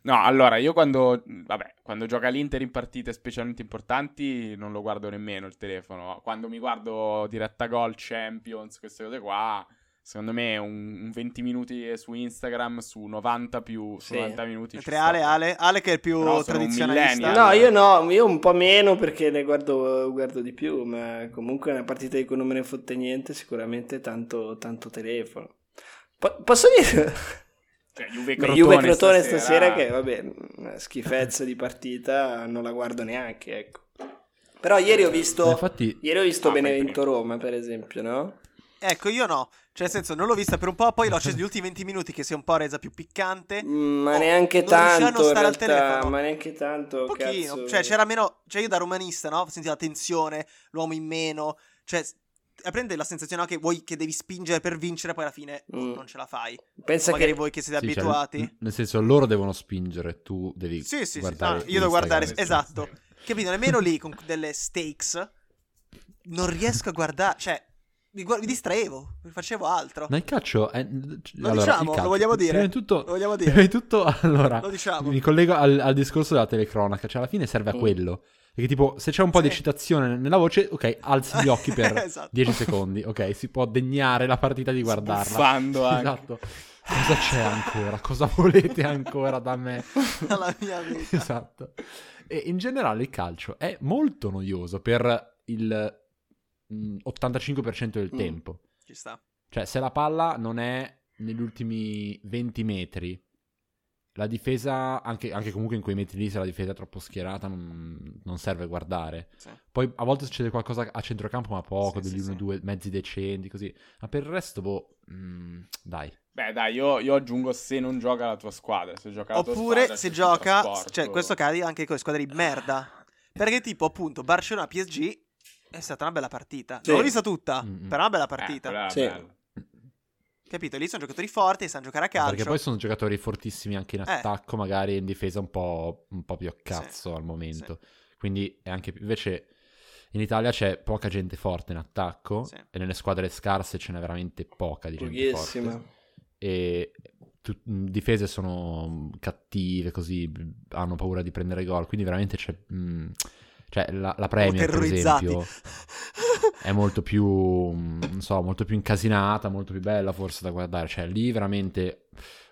No, allora io quando, vabbè, quando gioca l'Inter in partite specialmente importanti non lo guardo nemmeno il telefono. Quando mi guardo diretta gol, Champions, queste cose qua, secondo me un, un 20 minuti su Instagram su 90 più su
Sì.
90 minuti. ci
Mentre Ale,
sta.
Ale, Ale che è il più
Però sono un
tradizionalista.
millennial.
No, io no, io un po' meno perché ne guardo, guardo di più, ma comunque è una partita di cui non me ne fotte niente, sicuramente tanto, tanto telefono. Po- posso dire...
Cioè,
Beh,
Juve Crotone,
Juve Crotone stasera che, vabbè, una schifezza di partita, non la guardo neanche, ecco. Però ieri ho
Ma
visto...
Eh, Infatti,
Ieri ho visto
Ah, poi
Benevento Roma, per esempio, no?
Ecco, io no. Cioè, nel senso, non l'ho vista per un po', poi l'ho accesa gli ultimi 20 minuti che si è un po' resa più piccante.
Mm, Ma
Oh,
neanche
non riusciva a non
tanto, in
stare al
realtà,
telefono.
ma neanche tanto,
Un pochino.
cazzo.
Cioè, c'era meno... Cioè, io da romanista, no? Senti la tensione, l'uomo in meno. Cioè, s- prende la sensazione no, che vuoi che devi spingere per vincere, poi alla fine oh,
Mm.
non ce la fai.
Pensa
Magari
che...
voi che siete
sì, cioè,
abituati.
n- nel senso, loro devono spingere, tu devi
Sì, sì, sì,
guardare.
no, io devo guardare-
Instagram.
esatto. Capito? Nemmeno lì con delle stakes non riesco a guardare... Cioè, mi, guard- mi distraevo, facevo altro.
Ma il calcio è... allora,
diciamo,
il calcio-
lo vogliamo dire.
Prima di tutto, [LAUGHS]
Lo vogliamo
prima
dire.
di tutto allora, [LAUGHS]
Lo diciamo.
mi collego al, al discorso della telecronaca, cioè alla fine serve a
Mm.
quello. Perché tipo, se c'è un po' di
Sì.
eccitazione nella voce, ok, alzi gli occhi per
[LAUGHS] Esatto.
10 secondi, ok, si può degnare la partita di guardarla.
Sbuffando anche.
Esatto. Cosa c'è ancora? Cosa volete ancora da me?
[LAUGHS] Alla mia vita.
Esatto. E in generale il calcio è molto noioso per il mm, 85% del
Mm.
tempo.
Ci sta.
Cioè, se la palla non è negli ultimi 20 metri, la difesa, anche, anche comunque in quei metri lì, se la difesa è troppo schierata, non, non serve guardare.
Sì.
Poi a volte succede qualcosa a centrocampo, ma poco,
Sì,
degli
sì,
1
sì.
due mezzi decenti, così. Ma per il resto, boh, mm, dai.
Beh, dai, io, io aggiungo se non gioca la tua squadra. Se gioca la tua
Oppure
squadra,
se
c'è il
gioca,
trasporto.
cioè questo cade anche con le squadre di merda. Perché tipo appunto Barcellona-PSG è stata una bella partita.
Sì.
Non l'ho vista tutta,
Mm-mm.
però è una bella
Eh,
partita.
quella è
Sì.
bella.
Capito? Lì sono giocatori forti, sanno giocare a calcio.
Perché poi sono giocatori fortissimi anche in
Eh.
attacco, magari in difesa un po', un po' più a cazzo al momento. Quindi è anche più- Invece in Italia c'è poca gente forte in attacco
Sì.
e nelle squadre scarse ce n'è veramente poca di gente
Pochissima.
forte. E tu- mh, difese sono cattive, così mh, hanno paura di prendere gol. Quindi veramente c'è... mh, cioè la, la Premier, per
terrorizzati.
esempio, è molto più, mh, non so, molto più incasinata, molto più bella forse da guardare. Cioè, lì veramente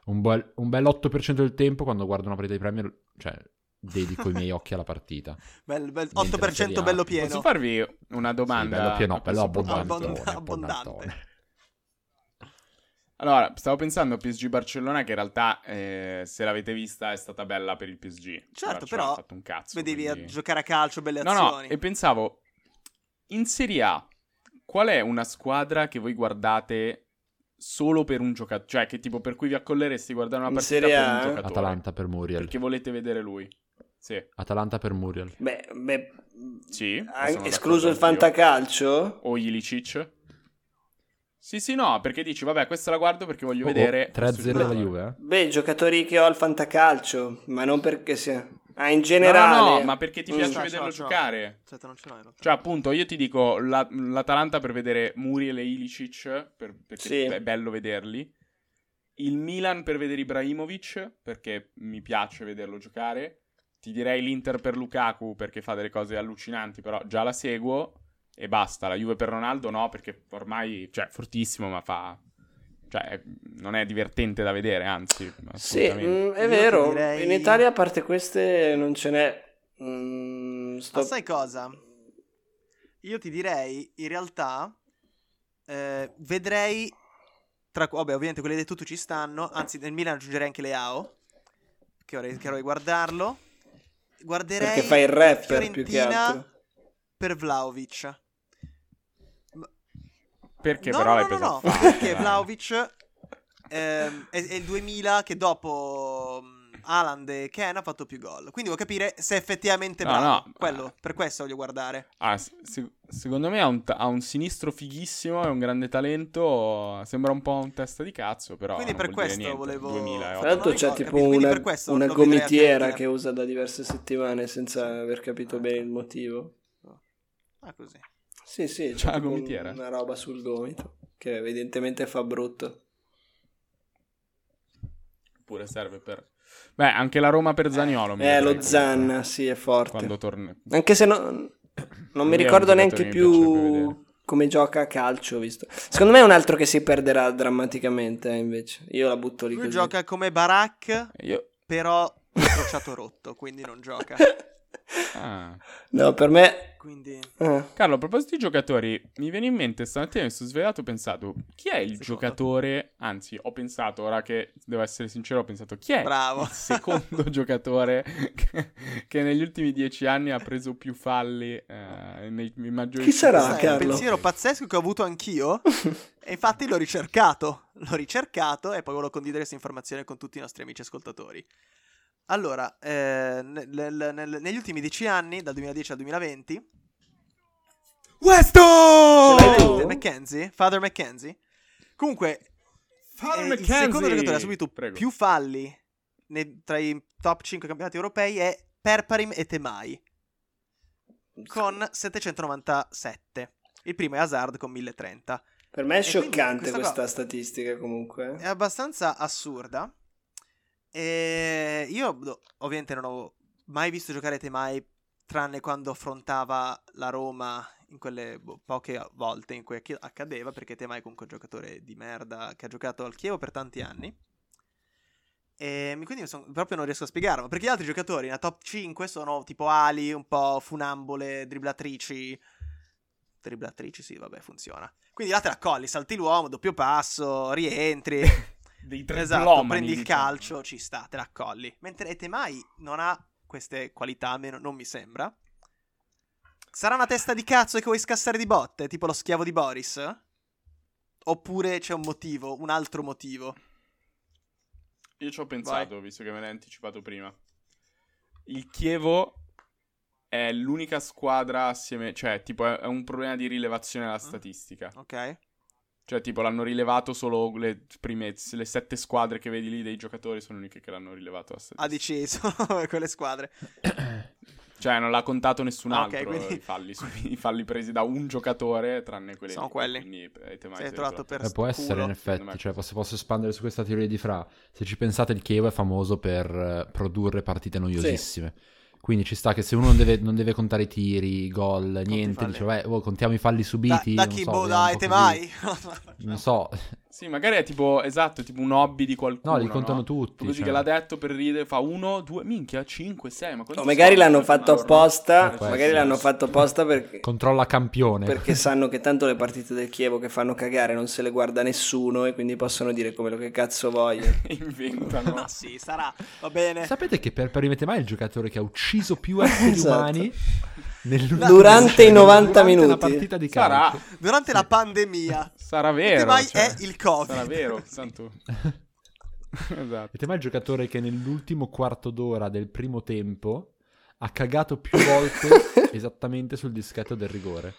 un bel, un bel 8% del tempo quando guardo una partita di Premier, cioè, dedico i miei occhi alla partita.
[LAUGHS] Bel- bel
Niente,
8%
non
bello
c'è
pieno.
Posso farvi una [LAUGHS] domanda?
Sì, bello pieno,
a
bello
questo punto?
abbondante.
Abbonda- abbondante.
abbondante.
Allora, stavo pensando a PSG Barcellona che in realtà, eh, se l'avete vista, è stata bella per il PSG.
Certo,
Il Barcellona
però
ha fatto un cazzo.
Vedevi a
quindi-
giocare a calcio, belle
No, no,
azioni.
e pensavo, in Serie A, qual è una squadra che voi guardate solo per un giocatore. Cioè, che tipo, per cui vi accolleresti a guardare una
In
partita
Serie
per
A?
un giocatore.
Atalanta per Muriel.
Perché volete vedere lui. Sì.
Atalanta per Muriel.
Beh, beh,
Sì,
an-
sono
escluso il
d'accordo anch'io.
fantacalcio?
O Ilicic? Sì, sì, no, perché dici, vabbè, questa la guardo perché voglio
Oh, oh,
vedere...
3-0 la
questo
Juve, eh?
Beh, giocatori che ho al fantacalcio, ma non perché sia... Ah, in
giocatore.
generale...
No, no, no, ma perché ti
Mm.
piace
Ciao,
vederlo
ciao, ciao.
giocare?
Aspetta, Certo, non ce l'ho in realtà.
Cioè, appunto, io ti dico la- l'Atalanta per vedere Muriel e Ilicic, per- perché
Sì.
è bello vederli. Il Milan per vedere Ibrahimovic, perché mi piace vederlo giocare. Ti direi l'Inter per Lukaku, perché fa delle cose allucinanti, però già la seguo. E basta, la Juve per Ronaldo no, perché ormai, cioè, è fortissimo, ma fa... Cioè, non è divertente da vedere, anzi,
Sì,
assolutamente.
mm, è
Io
vero.
ti direi-
In Italia, a parte queste, non ce n'è. Mm, sto-
Ma sai cosa? Io ti direi, in realtà, eh, vedrei, tra, vabbè, ovviamente quelli detto tu ci stanno, anzi nel Milan aggiungerei anche Leao, che ora rischierò di guardarlo, guarderei
Perché fai il rapper più che
Fiorentina
altro.
per Vlaovic.
Perché
no,
però
no,
l'hai
no,
preso
no,
a fare,
perché
dai.
Vlaovic ehm, è, è il 2000 che dopo mh, Haaland e Ken ha fatto più gol. Quindi voglio capire se è effettivamente
No,
bravo.
no.
Quello, per questo voglio guardare.
Ah, se- se- secondo me ha un, ta- ha un sinistro fighissimo, è un grande talento, sembra un po' un testa di cazzo, però
Quindi
non
per
vuol dire
questo
niente,
volevo-
2000 è
Fra
Tra
ottimo.
l'altro,
non
c'è
ricordo,
tipo
capito? Quindi
una,
per questo
una
lo vedrei a
gomitiera
Fiorentina.
che usa da diverse settimane senza aver capito bene il motivo.
Ah, così.
Sì, sì,
C'ha la
tipo
gomitiera?
Una roba sul gomito che evidentemente fa brutto.
Pure serve per... Beh, anche la Roma per Zaniolo. mi
Eh, lo
piacerebbe,
Zanna, sì, è forte.
Quando torna...
Anche se no- non
Lui è
mi
un
ricordo
giocatore
neanche
che mi piacerebbe
più
vedere.
come gioca a calcio. ho Visto. Secondo me è un altro che si perderà drammaticamente. eh, invece, io la butto lì.
Lui
così.
gioca come Barak,
Io... [LAUGHS]
però crociato rotto, quindi non gioca.
[LAUGHS]
Ah.
No, per me.
Quindi
eh,
Carlo, a proposito di giocatori, mi viene in mente stamattina, mi sono svegliato e ho pensato, chi è il
Secondo.
giocatore, anzi ho pensato, ora che devo essere sincero, ho pensato, chi è
Bravo.
il secondo [LAUGHS] giocatore che, che negli ultimi dieci anni ha preso più falli eh, nei, nei maggiori...
Chi sarà,
Sai, è un
Carlo?
pensiero pazzesco che ho avuto anch'io e infatti l'ho ricercato, l'ho ricercato e poi volevo condividere questa informazione con tutti i nostri amici ascoltatori. Allora, eh, nel- nel- nel- negli ultimi dieci anni, dal 2010 al 2020,
Ce l'hai tu?
Weston!
Father McKenzie, Father McKenzie, comunque Eh, il secondo giocatore che ha subito più falli nei- tra i top 5 campionati europei è Perparim e Temai con 797. Il primo è Hazard con 1030.
Per me è
E quindi
scioccante
questa
questa,
qua-
statistica comunque.
È
eh.
abbastanza assurda. E io do- ovviamente non ho mai visto giocare Temai tranne quando affrontava la Roma in quelle boh, poche volte in cui acchi- accadeva, perché Temai è comunque un giocatore di merda che ha giocato al Chievo per tanti anni. E mi- quindi mi son- proprio non riesco a spiegarlo, perché gli altri giocatori nella top 5 sono tipo ali, un po' funambole, dribblatrici. Dribblatrici, sì, vabbè, funziona. Quindi là te la colli, salti l'uomo, doppio passo, rientri.
dei tre diciamo.
esatto, prendi il calcio, ci sta, te la colli. Mentre Etemai non ha queste qualità, almeno non mi sembra. Sarà una testa di cazzo che vuoi scassare di botte, tipo lo schiavo di Boris? Oppure c'è un motivo, un altro motivo?
Io ci ho pensato, visto che me l'hai anticipato prima. Il Chievo è l'unica squadra assieme, cioè, tipo, è, è un problema di rilevazione
Ah.
della statistica.
Ok?
Cioè, tipo, l'hanno rilevato solo le prime, le sette squadre che vedi lì dei giocatori sono le uniche che l'hanno rilevato la
Ah,
statistica.
dici, sono [LAUGHS] quelle squadre.
Cioè, non l'ha contato nessun
Ah, ok,
altro
quindi-
i, falli, i falli presi da un giocatore, tranne quelli
Sono
lì.
quelli.
Quindi, eh, te mai
Sei
sei
trovato per
Eh, può essere
culo.
in
secondo
effetti,
me.
cioè, posso, posso espandere su questa teoria di Fra. Se ci pensate, il Chievo è famoso per eh, produrre partite noiosissime. Quindi ci sta che se uno non deve, non deve contare i tiri, i gol, niente,
falli.
dice, vabbè, oh, contiamo i falli
Da,
subiti.
da
non
chi
so,
boh,
vediamo un
dai,
po'
te
così.
vai. [LAUGHS]
Non so,
Sì, magari è tipo, esatto, è tipo un hobby di qualcuno.
no, li contano tutti.
Così
cioè.
che l'ha detto per ridere, fa uno, due, minchia, cinque, sei, ma quanti
O magari
sono?
l'hanno fatto
Allora,
Eh,
apposta.
può
Magari
essere.
l'hanno fatto apposta perché,
Controlla campione. [LAUGHS]
perché sanno che tanto le partite del Chievo che fanno cagare non se le guarda nessuno e quindi possono dire come lo che cazzo vogliono.
[LAUGHS] Inventano.
Ma sì, sarà. Va bene.
Sapete che per Perimetemai è il giocatore che ha ucciso più esseri
[LAUGHS]
Esatto.
umani Nell'ultimo-
Durante i 90
durante
minuti.
la partita di
Sarà,
calcio.
Durante la pandemia.
sarà
Il
vero.
tema
cioè,
è eh, il Covid.
Sarà vero,
[LAUGHS]
tanto. esatto.
Vedete mai il giocatore che nell'ultimo quarto d'ora del primo tempo ha cagato più
[LAUGHS]
volte esattamente sul dischetto del rigore?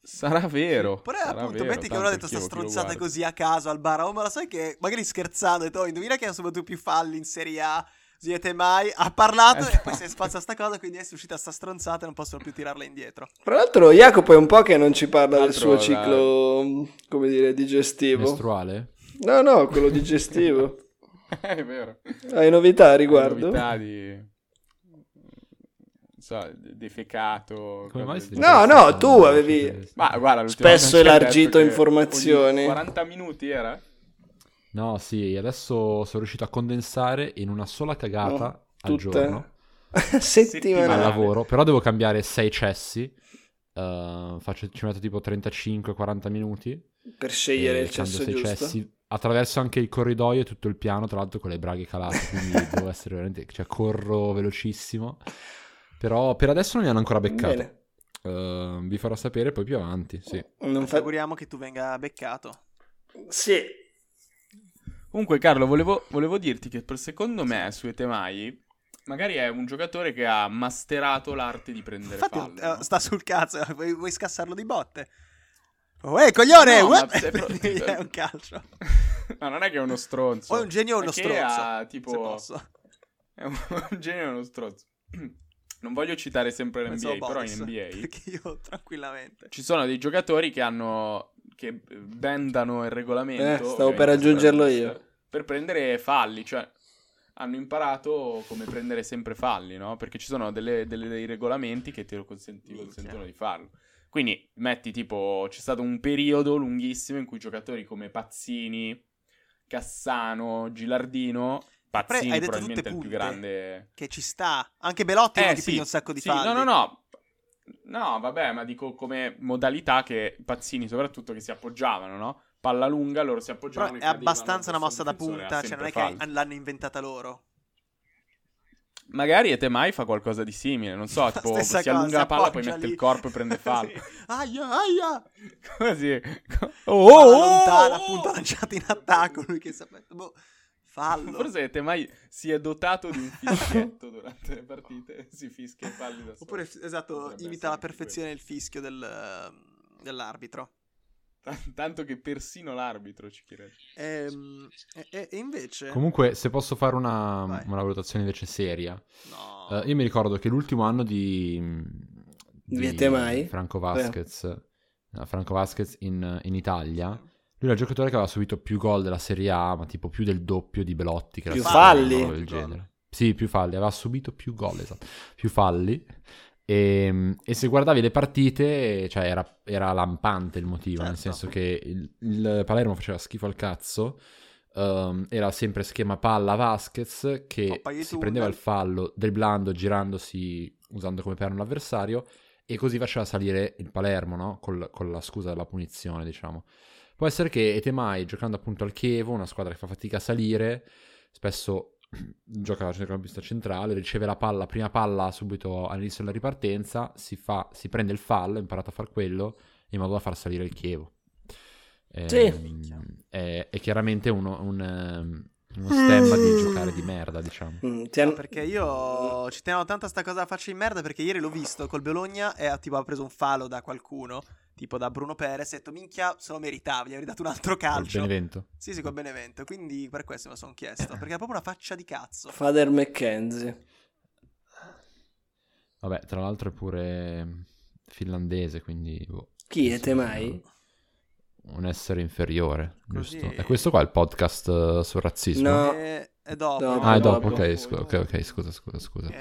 Sarà vero.
Però
sarà vero,
appunto, metti che
tanto
uno ha detto sta
chi lo- chi lo
stronzata
guarda.
così a caso al bar, oh ma lo sai che magari scherzando, ha detto, oh, indovina che ha subito più falli in Serie A, siete mai, ha parlato e poi si è
Esatto.
sparsa sta cosa, quindi adesso è uscita sta stronzata e non possono più tirarla indietro.
Tra l'altro Jacopo è un po' che non ci parla del
Altro,
suo ciclo, come dire, digestivo.
Mestruale?
No, no, quello digestivo.
boh.
[LAUGHS] è vero.
Hai novità a riguardo?
Novità di... non so, deficato.
Come mai
cose
si
del-
No,
pensa
no,
tanto
tu
a
avevi-
questo test?
Ma guarda, l'ultima
Spesso
volta ci hai detto
elargito
che
informazioni.
ogni 40 minuti era?
No, sì, adesso sono riuscito a condensare in una sola cagata
No,
al
tutte? Eh.
giorno al
[LAUGHS] Settimana.
Settimana.
lavoro, però devo cambiare 6 cessi. eh, faccio- ci metto tipo 35-40 minuti
Per scegliere
e
il
cambio
cesso
sei
giusto.
Eh, cessi. attraverso anche il corridoio e tutto il piano tra l'altro con le braghe calate quindi
[LAUGHS]
devo essere veramente cioè corro velocissimo però per adesso non mi hanno ancora beccato
Bene. Eh.
Eh, vi farò sapere poi più avanti sì.
Non
Ci
fa...
auguriamo che tu venga beccato.
Sì,
Comunque, Carlo, volevo, volevo dirti che per secondo me Suetemai magari è un giocatore che ha masterato l'arte di prendere
Infatti
palle.
eh,
no?
sta sul cazzo, [LAUGHS] vuoi, vuoi scassarlo di botte? Oh, eh, coglione!
No,
uè!
ma
[LAUGHS]
se pro-
è un calcio.
[LAUGHS] Ma non è che è uno stronzo.
O è un genio o
È
uno
che
stronzo.
ha, tipo-
Se posso.
È un, [LAUGHS] un genio e uno stronzo. Non voglio citare sempre
Pensavo
l'NBA, però in
Boris,
NBA
[LAUGHS] Perché io tranquillamente.
ci sono dei giocatori che hanno che bendano il regolamento.
Eh, stavo
ovviamente,
per aggiungerlo io.
Per prendere falli, cioè hanno imparato come prendere sempre falli, no? Perché ci sono delle- delle- dei regolamenti che ti consenti-
Minchia.
consentono di farlo. Quindi metti tipo, c'è stato un periodo lunghissimo in cui giocatori come Pazzini, Cassano, Gilardino, Pazzini
hai detto
probabilmente
tutte
è il più
punte.
grande
Che ci sta. Anche Belotti non gli piglia un sacco di
Eh, sì,
falli.
No, no, no. No, vabbè, ma dico come modalità che Pazzini soprattutto che si appoggiavano, no? Palla lunga, loro si
Però
appoggiavano.
è
e cadevano
abbastanza una mossa
addosso
da
al difensore,
punta,
ha
cioè non
sempre
è che
falli.
l'hanno inventata loro.
Magari Etemai fa qualcosa di simile, non
[LAUGHS]
so,
La
tipo si
stessa cosa,
allunga la palla, poi
appoggia
mette
lì.
il corpo e
[LAUGHS]
prende fallo.
Sì. Aia, aia!
[LAUGHS] Così. Oh,
Oh,
oh,
lontana,
oh!
appunto lanciata in attacco, lui che sapeva... Boh, fallo.
Forse Etemai si è dotato
[LAUGHS]
di un fischietto durante le partite, si fischia i falli da solo.
Oppure, esatto,
Potrebbe
imita alla
essere anche
perfezione il fischio del, ehm, dell'arbitro.
quello. T- tanto che persino l'arbitro ci crede.
Ehm, E, e- e invece...
comunque se posso fare una,
Vai.
una valutazione invece seria
No.
Eh, io mi ricordo che l'ultimo anno di, di
Viete mai?
Franco Vasquez, no, Franco Vasquez in, in Italia, lui era il giocatore che aveva subito più gol della Serie A, ma tipo più del doppio di Belotti. Che era
Più
stato un
falli?
ruolo Del genere. Sì, più falli, aveva subito più gol, esatto, più falli. E, e se guardavi le partite, cioè era, era lampante il motivo, nel
Certo.
senso che il, il Palermo faceva schifo al cazzo, ehm, era sempre schema palla Vasquez che
Coppa di
si
tunnel.
prendeva il fallo dribblando, girandosi, usando come perno l'avversario e così faceva salire il Palermo, no? Col- con la scusa della punizione, diciamo. Può essere che Etemai, giocando appunto al Chievo, una squadra che fa fatica a salire, spesso [CLEARS THROAT] gioca alla centrocampista centrale, riceve la palla, prima palla subito all'inizio della ripartenza, si, fa, si prende il fallo, ha imparato a far quello, in modo da far salire il Chievo. Ehm,
Sì.
È, è chiaramente uno, un, ehm, uno stemma
Mm.
di giocare di merda, diciamo.
Mm, ti
No,
hanno-
perché io ci tenevo tanto a sta cosa da faccia in merda perché ieri l'ho visto col Bologna e ha, tipo, ha preso un falo da qualcuno, tipo da Bruno Perez, e ho detto minchia se lo meritavi, gli avrei dato un altro
Col
calcio.
Benevento.
Sì, sì, col Benevento, quindi per questo me lo sono chiesto, perché ha proprio una faccia di cazzo.
Father McKenzie.
Vabbè, tra l'altro è pure finlandese, quindi... boh.
Chi è
Sì,
Temai?
Un essere inferiore,
Così.
giusto? È questo qua il podcast eh, sul razzismo?
No.
E, e dopo.
Dopo.
Ah, è dopo,
Dopo.
ok, scu- ok, ok, scusa, scusa, scusa.
Eh,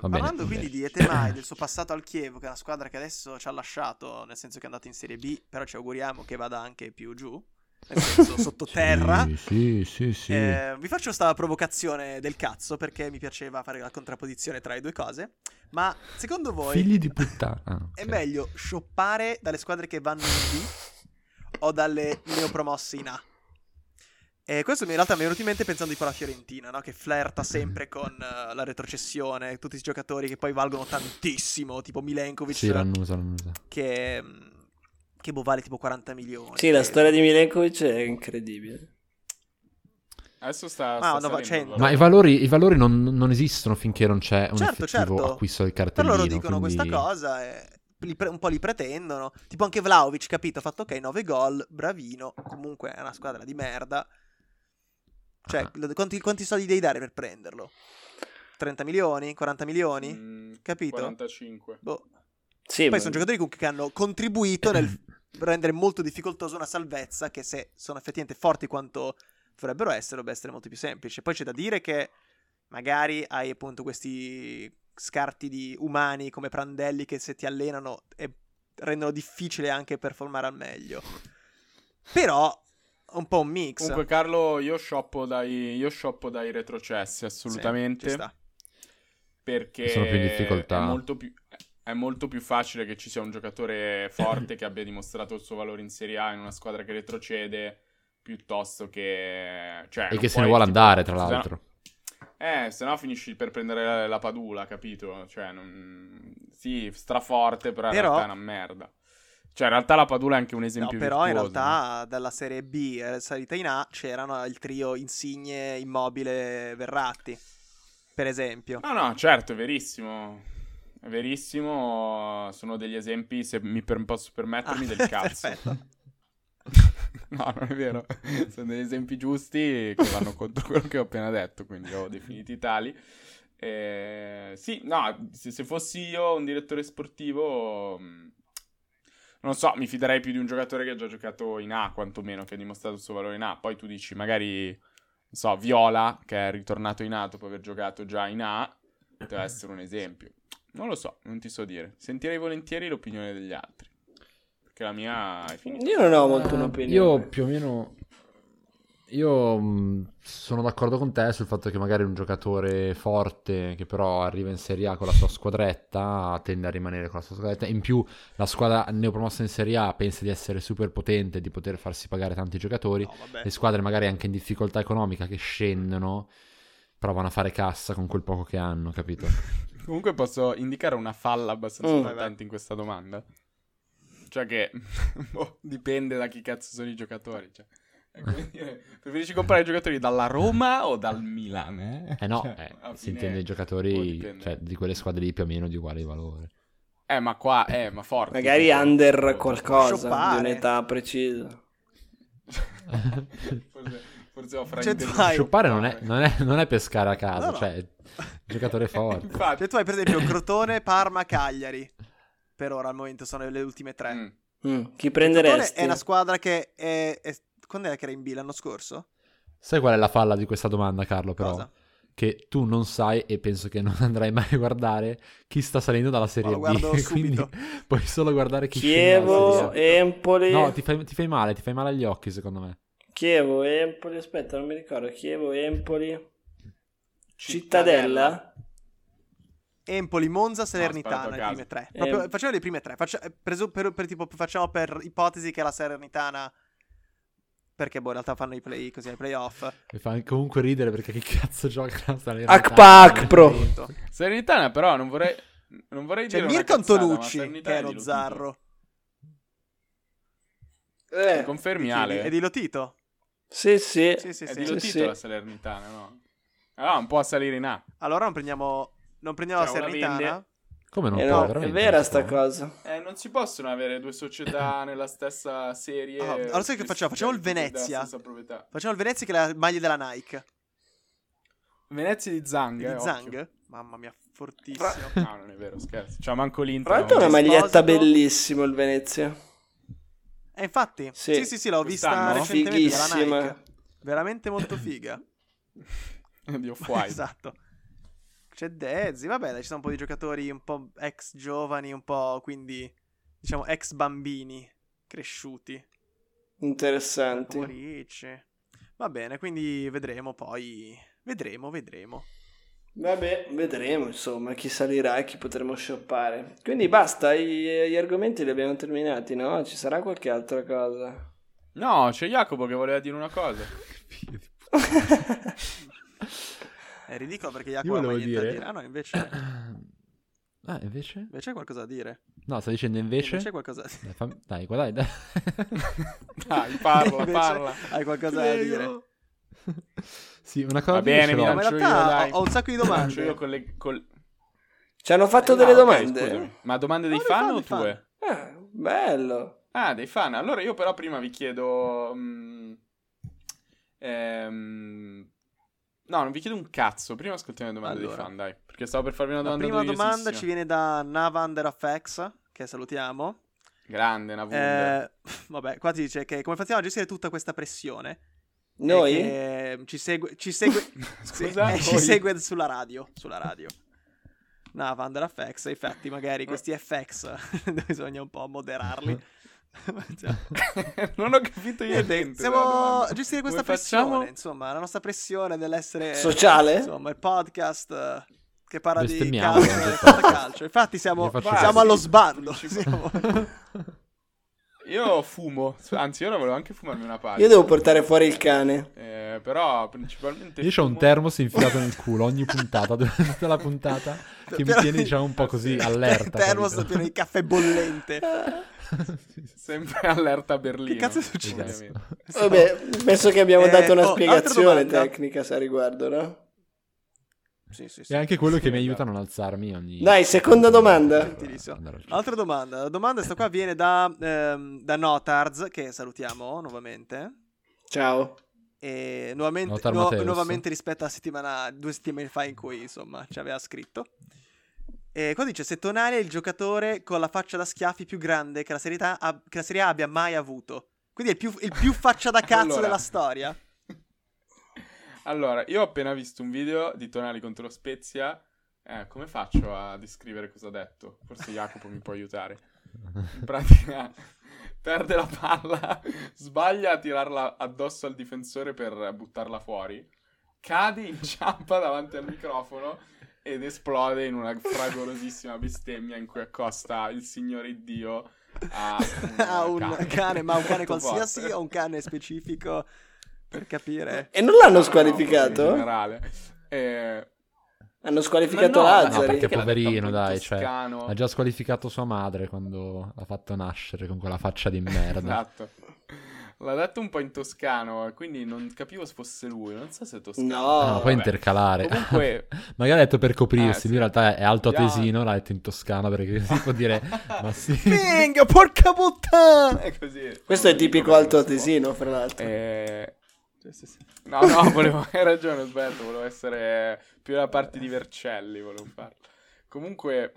Va bene,
parlando
va
quindi
bene.
di Etemai, del suo passato al Chievo, che è una squadra che adesso ci ha lasciato, nel senso che è andata in Serie B, però ci auguriamo che vada anche più giù, nel senso sottoterra.
Sì, sì, sì, sì.
Eh, vi faccio sta provocazione del cazzo perché mi piaceva fare la contrapposizione tra le due cose. Ma secondo voi
Figli di puttana. Ah, ok.
è meglio shoppare dalle squadre che vanno in B o dalle neopromosse in A? E questo in realtà mi è venuto in mente pensando tipo alla Fiorentina, no? che flirta sempre con eh, la retrocessione, tutti i giocatori che poi valgono tantissimo, tipo Milenkovic,
Sì, l'hanno usato, l'hanno usato.
che, mm, che boh, vale tipo 40 milioni.
Sì, la
E-
storia di Milenkovic è incredibile.
Adesso sta,
Ma
sta
no,
salendo
cioè-
il valore.
Ma i valori, i valori non, non esistono finché non c'è un
Certo,
effettivo
certo.
acquisto del
Però
cartellino.
loro dicono
quindi-
questa cosa e li pre- un po' li pretendono. Tipo anche Vlaovic, capito? Ha fatto ok, 9 gol, bravino. Comunque è una squadra di merda. Cioè,
Ah.
lo- quanti, quanti soldi devi dare per prenderlo? 30 milioni? 40 milioni?
Mm,
Capito?
45.
Boh.
Sì,
Poi
ma-
sono giocatori comunque che hanno contribuito nel rendere molto difficoltosa una salvezza che se sono effettivamente forti quanto dovrebbero essere, dovrebbe essere molto più semplice. Poi c'è da dire che magari hai appunto questi scarti di umani come Prandelli che se ti allenano e rendono difficile anche performare al meglio. Però è un po' un mix.
Comunque, Carlo, io shoppo dai, io shoppo dai retrocessi,
Sì,
assolutamente.
ci sta.
perché
Sono più in difficoltà.
È molto più, è molto più facile che ci sia un giocatore forte che abbia dimostrato il suo valore in Serie A in una squadra che retrocede piuttosto che. Cioè,
E
non
che se
puoi,
ne vuole
tipo,
andare, tra
se no-
l'altro.
Esatto.
Eh, se no finisci per prendere la, la padula, capito? Cioè, non... sì, straforte, però in
Però-
realtà è una merda. Cioè, in realtà la padula è anche un
No,
esempio
però in
virtuoso, no?
realtà dalla Serie B eh, salita in A c'erano il trio Insigne, Immobile, Verratti, per esempio.
No, no, certo, è verissimo. È verissimo. Sono degli esempi, se mi per- posso permettermi,
Ah,
del
[LAUGHS]
cazzo.
perfetto.
[LAUGHS] no, non è vero. Sono degli esempi giusti che vanno contro quello che ho appena detto, quindi li ho definiti tali. Eh, sì, no, se, se fossi io un direttore sportivo, mh, non so, mi fiderei più di un giocatore che ha già giocato in A, quantomeno, che ha dimostrato il suo valore in A. Poi tu dici, magari, non so, Viola, che è ritornato in A dopo aver giocato già in A, poteva essere un esempio. Non lo so, non ti so dire. Sentirei volentieri l'opinione degli altri. Perché la mia è finita.
Io non ho
Eh,
molto un'opinione.
Io più o meno. Io mh, sono d'accordo con te sul fatto che magari un giocatore forte che però arriva in Serie A con la sua squadretta tende a rimanere con la sua squadretta. In più la squadra neopromossa in Serie A pensa di essere super potente, di poter farsi pagare tanti giocatori.
No, vabbè.
Le squadre magari anche in difficoltà economica che scendono provano a fare cassa con quel poco che hanno, capito?
Comunque posso indicare una falla abbastanza
Mm.
importante in questa domanda. Cioè che [LAUGHS] boh, dipende da chi cazzo sono i giocatori. Cioè. È come dire, preferisci comprare i giocatori dalla Roma o dal Milan? Eh,
Eh
[LAUGHS]
no,
Cioè,
eh,
alla
si
fine-
intende i
boh,
giocatori
dipende.
cioè, di quelle squadre lì più o meno di uguale valore.
Eh, ma qua, eh, ma forte. boh.
Magari
tipo.
under qualcosa,
Shoppare.
di un'età precisa.
forse, forse ho frainteso.
[LAUGHS] Dai.
Scioppare non è, non, è, non è pescare a caso,
No, no. [LAUGHS]
cioè giocatore forte.
Infatti.
Cioè tu hai per esempio Crotone, Parma, Cagliari. Per ora al momento sono le ultime tre.
Mm.
Mm, Chi
Crotone
prenderesti?
è una squadra che è, è- Quando era che era in B l'anno scorso?
Sai qual è la falla di questa domanda, Carlo, però?
Cosa?
Che tu non sai e penso che non [LAUGHS] andrai mai a guardare chi sta salendo dalla Serie
Ma lo guardo
B. [LAUGHS] Quindi
subito.
puoi solo guardare chi scende dalla
Chievo, eh.
Serie A.
Empoli.
No, ti fai, ti fai male, ti fai male agli occhi, secondo me.
Chievo, Empoli. Aspetta, non mi ricordo. Chievo, Empoli.
Cittadella.
Cittadella.
Empoli, Monza,
sparato
Salernitana,
a
le
caso.
prime tre.
Ehm.
Proprio-
Eh.
Facciamo le prime tre. Faccia- presu- per, per tipo- facciamo per ipotesi che la Salernitana... Perché boh, in realtà fanno i play così ai playoff.
Mi fa comunque ridere perché che cazzo gioca la Salernitana?
Akpa Akpro.
Appunto.
Serenitana, però, non vorrei. Non vorrei
C'è
dire una
Cioè, Mirko
cazzata, ma
Antonucci,
Salernitana
che è
è di
lo
Lotito.
zarro.
Eh,
Confermi,
Chi-
Ale?
È di Lotito?
sì, sì.
Sì, sì,
È
sì.
di Lotito
Sì, sì.
la Salernitana, no? Ah, un po' a salire in A.
Allora non prendiamo, non prendiamo
Cioè,
la
una
Salernitana.
vende-
Come non
Eh
può,
no, è
veramente,
vera
non
sta
può.
cosa.
Eh, non si possono avere due [COUGHS] società nella stessa serie.
Ah, allora sai che facciamo? Facciamo il
Della
Venezia.
stessa proprietà.
Facciamo il Venezia che è la maglia della Nike.
Venezia di Zang.
Di
eh, occhio.
Zang? Mamma mia, fortissimo.
No, non è vero, scherzo. Cioè, manco l'Inter.
Tra l'altro è una
non
ma-
esiste.
maglietta
Esposito.
bellissima il Venezia.
E infatti, sì,
Sì.
sì, sì, l'ho vista
Quest'anno?
recentemente dalla
Fighissima.
Nike. Veramente molto
[LAUGHS]
figa.
[LAUGHS] Di Off-White.
esatto. C'è Dezzi, vabbè, dai, ci sono un po' di giocatori un po' ex giovani, un po' quindi diciamo ex bambini cresciuti.
Interessanti.
Ricci. Va bene, quindi vedremo poi. Vedremo, vedremo.
Vabbè, vedremo insomma chi salirà e chi potremo shoppare. Quindi basta, i- gli argomenti li abbiamo terminati, no? Ci sarà qualche altra cosa? [LAUGHS]
No, c'è Jacopo che voleva dire una cosa.
Figlio di
È ridicolo perché
Io
Jacopo non ha
volevo
mai niente da
dire-
dire. Ah no, invece,
puttana. [CLEARS THROAT] Ah, invece?
invece c'è qualcosa da dire.
No, sta dicendo invece.
Invece c'è qualcosa da dire.
Dai, fam- dai, qua, dai, dai.
[LAUGHS] Dai, parla,
[LAUGHS] Invece
parla.
Hai qualcosa da dire?
[LAUGHS] Sì, una cosa
Va bene,
ce l'ho.
mi
No, ma in
lancio io,
realtà
dai.
ho, ho un sacco di
Faccio io
domande.
con le... col-
Ci hanno fatto
Eh,
delle
no, ok,
domande?
scusami. Ma domande
No,
dei
dei
fan,
fan,
o
dei fan.
tue?
Ah, bello.
Ah, dei fan. Allora io però prima vi chiedo... mm, ehm, no, non vi chiedo un cazzo. Prima ascoltiamo le domande dei
Allora.
fan, dai. Perché stavo per farvi una
La
domanda
prima domanda ci
duriosissima.
viene da NavAnderFX, che salutiamo.
Grande, una Wunder.
Eh, [LAUGHS] vabbè, qua ti dice che come facciamo a gestire tutta questa pressione? E
Noi?
che Ci segue, ci segue,
[LAUGHS]
sì,
Scusa,
eh, ci
poi-
segue sulla radio, sulla radio. No, Vandal FX, infatti magari questi FX [LAUGHS] bisogna un po' moderarli. [LAUGHS] Cioè,
[LAUGHS] non ho capito io
niente,
niente.
stiamo
della eh, domanda.
a gestire
Come
questa pressione,
facciamo?
insomma, la nostra pressione dell'essere...
Sociale?
Insomma, il podcast eh, che parla di
Bestemmiamo
calcio,
in
e
questo
calcio. Infatti siamo,
Io faccio
siamo
così.
allo sbando.
Principale.
siamo-
Io fumo. Anzi, io ora volevo anche fumarmi una paglia.
Io devo portare fuori il cane.
Eh, però principalmente...
Io ho un
[LAUGHS] fumo-
termos infilato nel culo ogni puntata, durante tutta la
[LAUGHS]
puntata, che mi
Però-
tiene diciamo un po' così
Il
allerta.
termos
capito?
pieno di caffè bollente.
[LAUGHS] Sì, sì,
Sempre [LAUGHS] allerta a Berlino.
Che cazzo è successo?
ovviamente.
Vabbè, penso che abbiamo
Eh,
dato una
oh,
spiegazione
altra domanda.
tecnica a riguardo, no?
[LAUGHS] Sì, sì,
E
sì.
anche quello che mi
Sì,
aiuta a
esatto.
non alzarmi ogni...
Dai, seconda domanda.
Gentilissimo.
Andare al
Altra domanda, la domanda sta qua viene da, ehm, da Notards, che salutiamo nuovamente.
Ciao.
E nuovamente,
Notar
nuo-
Mateus.
nuovamente rispetto a settimana, due settimane fa in cui insomma ci aveva scritto. E qua dice: Se Tonale è il giocatore con la faccia da schiaffi più grande che la Serie, A- ab- che la Serie A abbia mai avuto. Quindi è il più, il più faccia da cazzo
Allora.
della storia.
[LAUGHS] Allora, io ho appena visto un video di Tonali contro lo Spezia. Eh, come faccio a descrivere cosa ha detto? Forse Jacopo mi può aiutare. In pratica, [LAUGHS] perde la palla, [LAUGHS] sbaglia a tirarla addosso al difensore per buttarla fuori, cade, inciampa davanti al microfono ed esplode in una fragolosissima bestemmia in cui accosta il signore Iddio
[LAUGHS]
a un,
ha un cane, ma un cane
Molto
qualsiasi
forte.
o un cane specifico per capire.
E non l'hanno
No, in
squalificato?
generale. Eh,
Hanno squalificato
Ma no,
No,
Lazzari.
perché
Perché l'ha detto
poverino,
un
dai, cioè,
toscano?
ha già squalificato sua madre quando l'ha fatto nascere con quella faccia
[LAUGHS]
di merda.
Esatto. L'ha detto un po' in toscano, e quindi non capivo se fosse lui. Non so se è toscano.
No.
Ah, ma puoi
Vabbè.
intercalare. [LAUGHS]
[LAUGHS] Comunque,
Magari ha detto per coprirsi,
Eh, sì.
lui in realtà è alto
Già.
atesino, l'ha detto in toscano perché si può
[LAUGHS]
dire, ma sì.
Minga, porca puttana!
è così.
Questo è tipico
Come
alto
si può.
atesino, fra l'altro.
Eh, No, no, [LAUGHS] volevo... hai ragione, Sberto. Volevo essere più la parte di Vercelli. Volevo farlo. Comunque,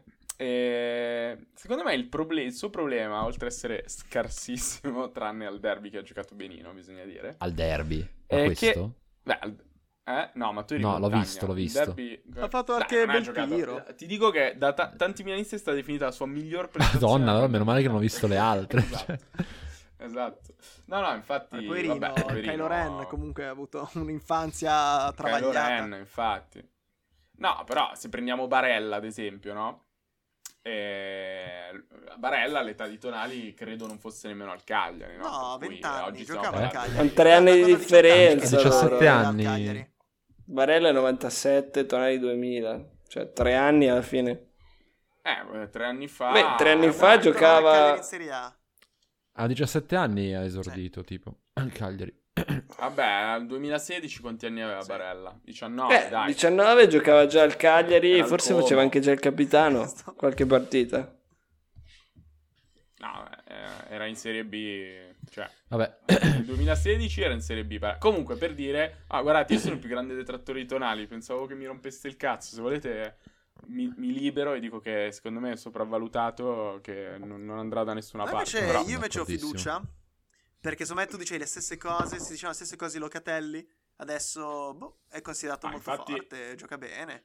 eh, secondo me il, proble- il suo problema, oltre ad essere scarsissimo, [LAUGHS] tranne al derby che ha giocato benino, bisogna dire,
Al derby, a
Eh, che-
questo?
Beh, al- eh? No, ma tu eri
No,
in
l'ho
montagna.
visto, l'ho
Il
visto.
derby-
Ha fatto
Dai,
anche
non ha
bel
giocato. Eh,
tiro.
Ti dico che da ta- tanti milanisti è stata definita la sua miglior prestazione.
[LAUGHS] Madonna, allora meno male che non ho visto le altre.
esatto.
cioè.
Esatto. No, no, infatti...
Ma poverino,
vabbè, poverino.
Kylo Ren comunque ha avuto un'infanzia
Kylo
travagliata.
Ren, infatti. No, però se prendiamo Barella, ad esempio, no? Eh, Barella all'età di Tonali credo non fosse nemmeno al Cagliari, no?
No,
Per cui,
20 anni,
oggi stiamo
giocava al
parlando
Cagliari.
Con tre anni di
Guarda,
differenza,
17
allora.
anni.
diciamo, Al Cagliari.
Barella è 97, Tonali 2000. Cioè, tre anni alla fine.
Eh, tre anni fa...
Beh, tre anni fa
dai,
Però
giocava-
al Cagliari in Serie A.
A 17 anni ha esordito, tipo, al Cagliari.
Vabbè, al 2016 quanti anni aveva
Sì.
Barella? 19,
eh,
dai.
19 giocava già al Cagliari,
Era al
forse
Como.
faceva anche già il
[LAUGHS]
capitano
Sto-
qualche partita.
No, eh, era in Serie B, cioè
Vabbè,
nel 2016 era in Serie B. Barella. Comunque per dire, ah, guardate, io sono il più grande detrattore di Tonali, pensavo che mi rompeste il cazzo, se volete mi, mi libero e dico che secondo me è sopravvalutato, che non, non andrà da nessuna
Ma
parte.
invece
però-
sono
io invece ho
d'accordissimo.
fiducia. Perché secondo me tu dicevi le stesse cose, si dicevano le stesse cose di Locatelli. Adesso boh, è considerato
Ma
molto
Ah, infatti-
forte, gioca bene.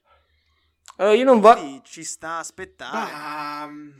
Allora, io non voglio...
Quindi ci sta a aspettare.
Ma, mm,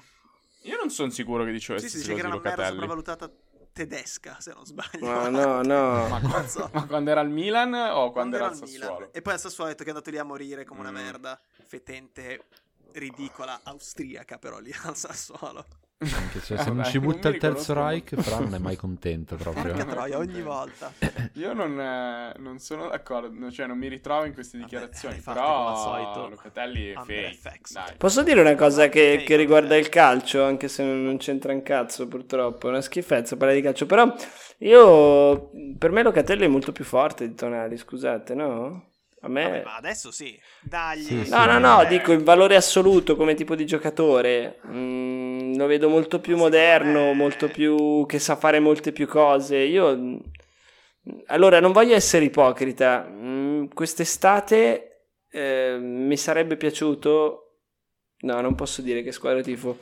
io non sono sicuro che dicevo
ah, sì, si
stesse
dice che era
cose
una
di
merda
Locatelli.
sopravvalutata tedesca, se non sbaglio.
No, no, no.
Ma,
[LAUGHS] Non
quando-
so.
ma quando era al Milan o quando,
quando
era
era
al
al Milan.
Sassuolo?
E poi al Sassuolo ha detto che è andato lì a morire come una
Mm.
merda. Fetente, ridicola, austriaca però lì al Sassuolo.
Anche, cioè,
[LAUGHS]
se non
Eh, Vabbè,
ci
non
butta
mi
il terzo
riconosco.
Reich, Fra non è mai contento
[LAUGHS]
Porca
proprio.
Cacchio.
troia, ogni volta.
[LAUGHS] Io non, eh, non sono d'accordo, no, cioè non mi ritrovo in queste
Vabbè,
dichiarazioni,
hai fatto come al
però
solito.
Locatelli è
Under
fake.
effects.
Dai.
Posso dire una cosa che,
Ok,
che riguarda
ok.
il calcio, anche se non non c'entra un cazzo purtroppo, è una schifezza parlare di calcio, però io, per me Locatelli è molto più forte di Tonali, scusate, no? A me...
Vabbè, ma adesso sì. Dagli.
Sì, sì.
No, no, no,
Eh,
dico in valore assoluto come tipo di giocatore. mm, lo vedo molto più moderno, molto più che sa fare molte più cose. Io mm, allora non voglio essere ipocrita. mm, quest'estate eh, mi sarebbe piaciuto. No, non posso dire che squadra tifo.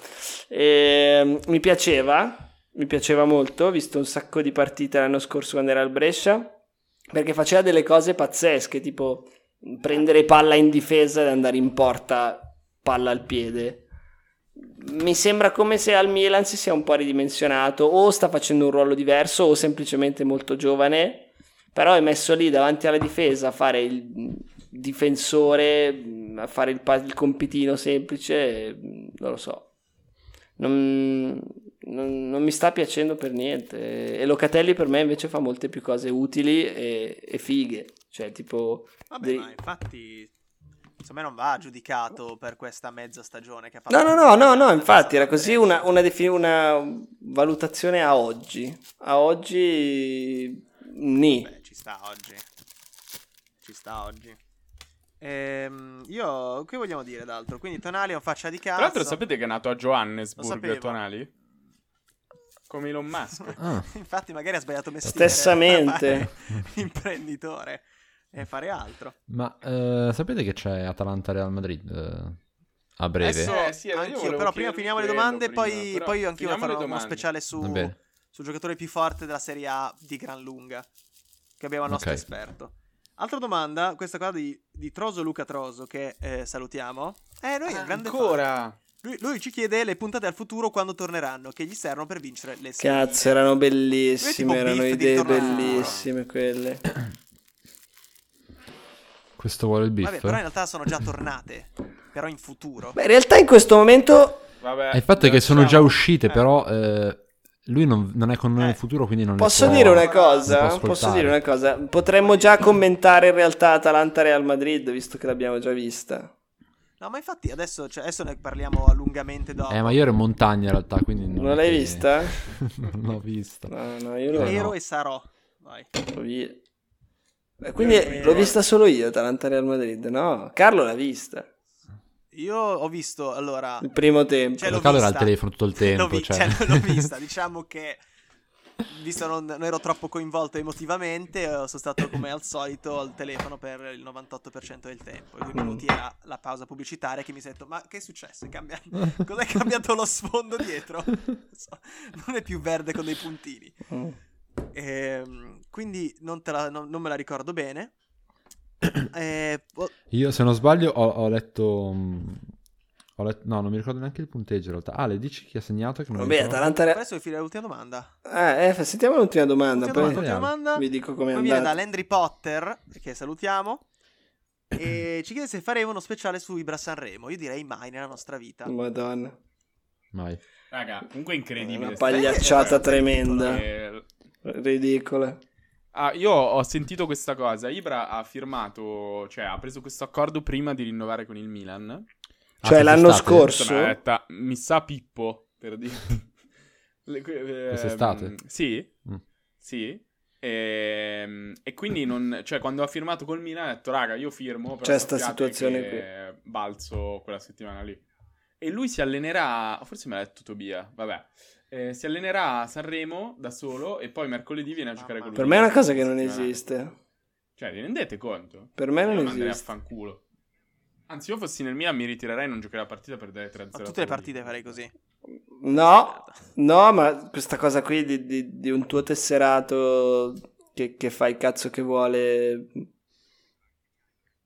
Ehm, mi piaceva, mi piaceva molto. Ho visto un sacco di partite l'anno scorso quando era al Brescia. Perché faceva delle cose pazzesche, tipo prendere palla in difesa ed andare in porta palla al piede. Mi sembra come se al Milan si sia un po' ridimensionato, o sta facendo un ruolo diverso, o semplicemente molto giovane. Però è messo lì davanti alla difesa a fare il difensore, a fare il, pa- il compitino semplice, non lo so. Non, non- non mi sta piacendo per niente. E Locatelli per me invece fa molte più cose utili e, e fighe. Cioè, tipo,
Vabbè, ma infatti. Secondo me non va giudicato per questa mezza stagione che ha fatto.
No, no, no, no, no, infatti era
Eh.
così una, una defini- una valutazione a oggi. A oggi... mm, Ni.
Beh, ci sta oggi. Ci sta oggi. Ehm, io che vogliamo dire d'altro? Quindi Tonali è un faccia di cazzo.
Tra l'altro sapete che è nato a
Lo
Johannesburg
sapevo.
Tonali? Come Elon Musk.
Ah,
Infatti magari ha sbagliato mestiere.
Stessamente.
[LAUGHS] fare Imprenditore e fare altro.
ma eh, sapete che c'è Atalanta-Real Madrid eh, a breve?
Adesso- Eh, sì, io
anch'io,
volevo
però
chiedervi
prima finiamo le
quello
domande
prima,
poi,
però
poi io anch'io
finiamo
voglio fare
le
uno
domande.
speciale
Va
su,
bene.
sul giocatore più forte della Serie A di gran lunga che abbiamo al nostro
Ok.
esperto. Altra domanda, questa qua di, di Troso Luca Troso che eh, salutiamo. Eh, lui è un [LAUGHS] grande fan.
Ancora!
Lui, lui ci chiede le puntate al futuro quando torneranno, che gli servono per vincere le serie.
Cazzo, erano bellissime,
Lui è tipo
erano
Biff di
idee
Ritorno al
bellissime quelle.
Questo vuole il beef?
Vabbè, però in realtà sono già tornate, però in futuro.
Beh, in realtà in questo momento...
Vabbè.
Eh, il fatto è che sono già
diciamo-
uscite,
eh,
però eh, lui non, non è con noi
Eh.
nel futuro, quindi non ne
Posso
può-
dire una
non può
cosa?
ascoltare.
Posso dire una cosa? Potremmo già commentare in realtà Atalanta-Real Madrid, visto che l'abbiamo già vista.
No, ma infatti adesso, cioè, adesso ne parliamo a lungamente dopo.
Eh, ma io ero in montagna in realtà, quindi...
Non
è
l'hai
che-
vista?
[LAUGHS] non l'ho vista.
No, no, io l'ho
Eh,
Ero
no.
e sarò. Vai.
L'ho vi- Eh, Quindi l'ho vista solo io, Atalanta-Real Madrid, no? Carlo l'ha vista.
Io ho visto, allora...
Il primo tempo.
Cioè,
Lo
l'ho
Carlo era al
vista.
telefono tutto il tempo,
[LAUGHS] l'ho, vi-
cioè. [LAUGHS]
cioè, l'ho vista, diciamo che... Visto non, non ero troppo coinvolto emotivamente, eh, sono stato come al solito al telefono per il 98% del tempo. I due
Mm.
minuti era la pausa pubblicitaria che mi sono detto, ma che è successo? È cambia- [LAUGHS] Cos'è cambiato lo sfondo dietro? Non so, non è più verde con dei puntini.
Mm.
Ehm, quindi non, te la- non- non me la ricordo
[COUGHS]
bene. Eh, po-
Io, se non sbaglio, ho, ho letto... mh, ho let- no, non mi ricordo neanche il punteggio in realtà. Ah, le dici chi ha segnato? Che non mi
Vabbè,
ricordo?
Atalanta...
adesso vi filo l'ultima domanda.
Ah, eh, fa- sentiamo l'ultima domanda,
Ultima
poi
domanda, ultima domanda.
vi dico com'è
Poi viene da
andata.
Landry Potter, che salutiamo.
[COUGHS]
E ci chiede se faremo uno speciale su Ibra Sanremo. Io direi mai nella nostra vita.
Mm. Madonna.
Mai. Ah,
Raga, comunque è incredibile.
Una
sta-
pagliacciata
Eh,
tremenda.
Eh,
Ridicola.
Ah, io ho sentito questa cosa. Ibra ha firmato, cioè ha preso questo accordo prima di rinnovare con il Milan.
Ah,
Cioè, l'anno
quest'estate?
scorso-
Sono detta, mi sa Pippo, per dire. [LAUGHS] Le- que- eh,
Quest'estate?
mm, Sì.
Mm.
Sì. Ehm, E, quindi non, cioè, quando ha firmato col Milan ha detto, raga, io firmo. Però
C'è sta
sappiate
situazione
che Balzo quella settimana lì. E lui si allenerà, forse me l'ha detto Tobia, vabbè. Eh, si allenerà a Sanremo da solo e poi mercoledì viene a giocare
Mamma
con
Per
il
me è una
Milan
cosa che non
settimana.
esiste.
Cioè, vi rendete conto?
Per me
io
non
manderei a
esiste.
fanculo. Anzi, io fossi nel Milan mi ritirerei e non giocherei la partita per dare 3-0.
Ma
al
tutte le
Torino.
partite farei così.
No, No, ma questa cosa qui di, di- di un tuo tesserato che, che fa il cazzo che vuole.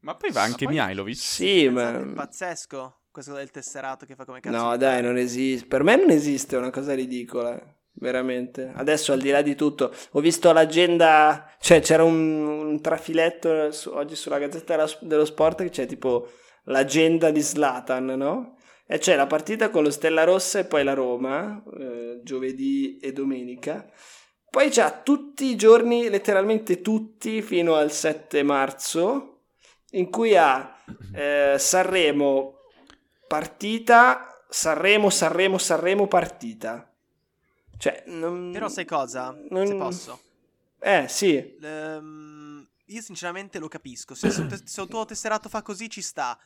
Ma poi va anche
Ma poi-
Mihailovic.
Sì,
Pensate, È
ma.
pazzesco. Questo del tesserato che fa come cazzo.
Ehm. No,
vuole.
dai, non esiste. Per me non esiste, è una cosa ridicola. Veramente. Adesso, al di là di tutto, ho visto l'agenda. Cioè, c'era un, un trafiletto su- oggi sulla Gazzetta della- dello Sport che c'è tipo l'agenda di Slatan, no? E c'è la partita con lo Stella Rossa e poi la Roma, eh, giovedì e domenica. Poi c'ha tutti i giorni, letteralmente tutti, fino al 7 marzo, in cui ha eh, Sanremo partita, Sanremo, Sanremo, Sanremo partita. Cioè, non...
Però sai cosa?
non-
Se posso.
Eh, sì.
Ehm, io sinceramente lo capisco. Se, se un te- se un tuo tesserato fa così ci sta.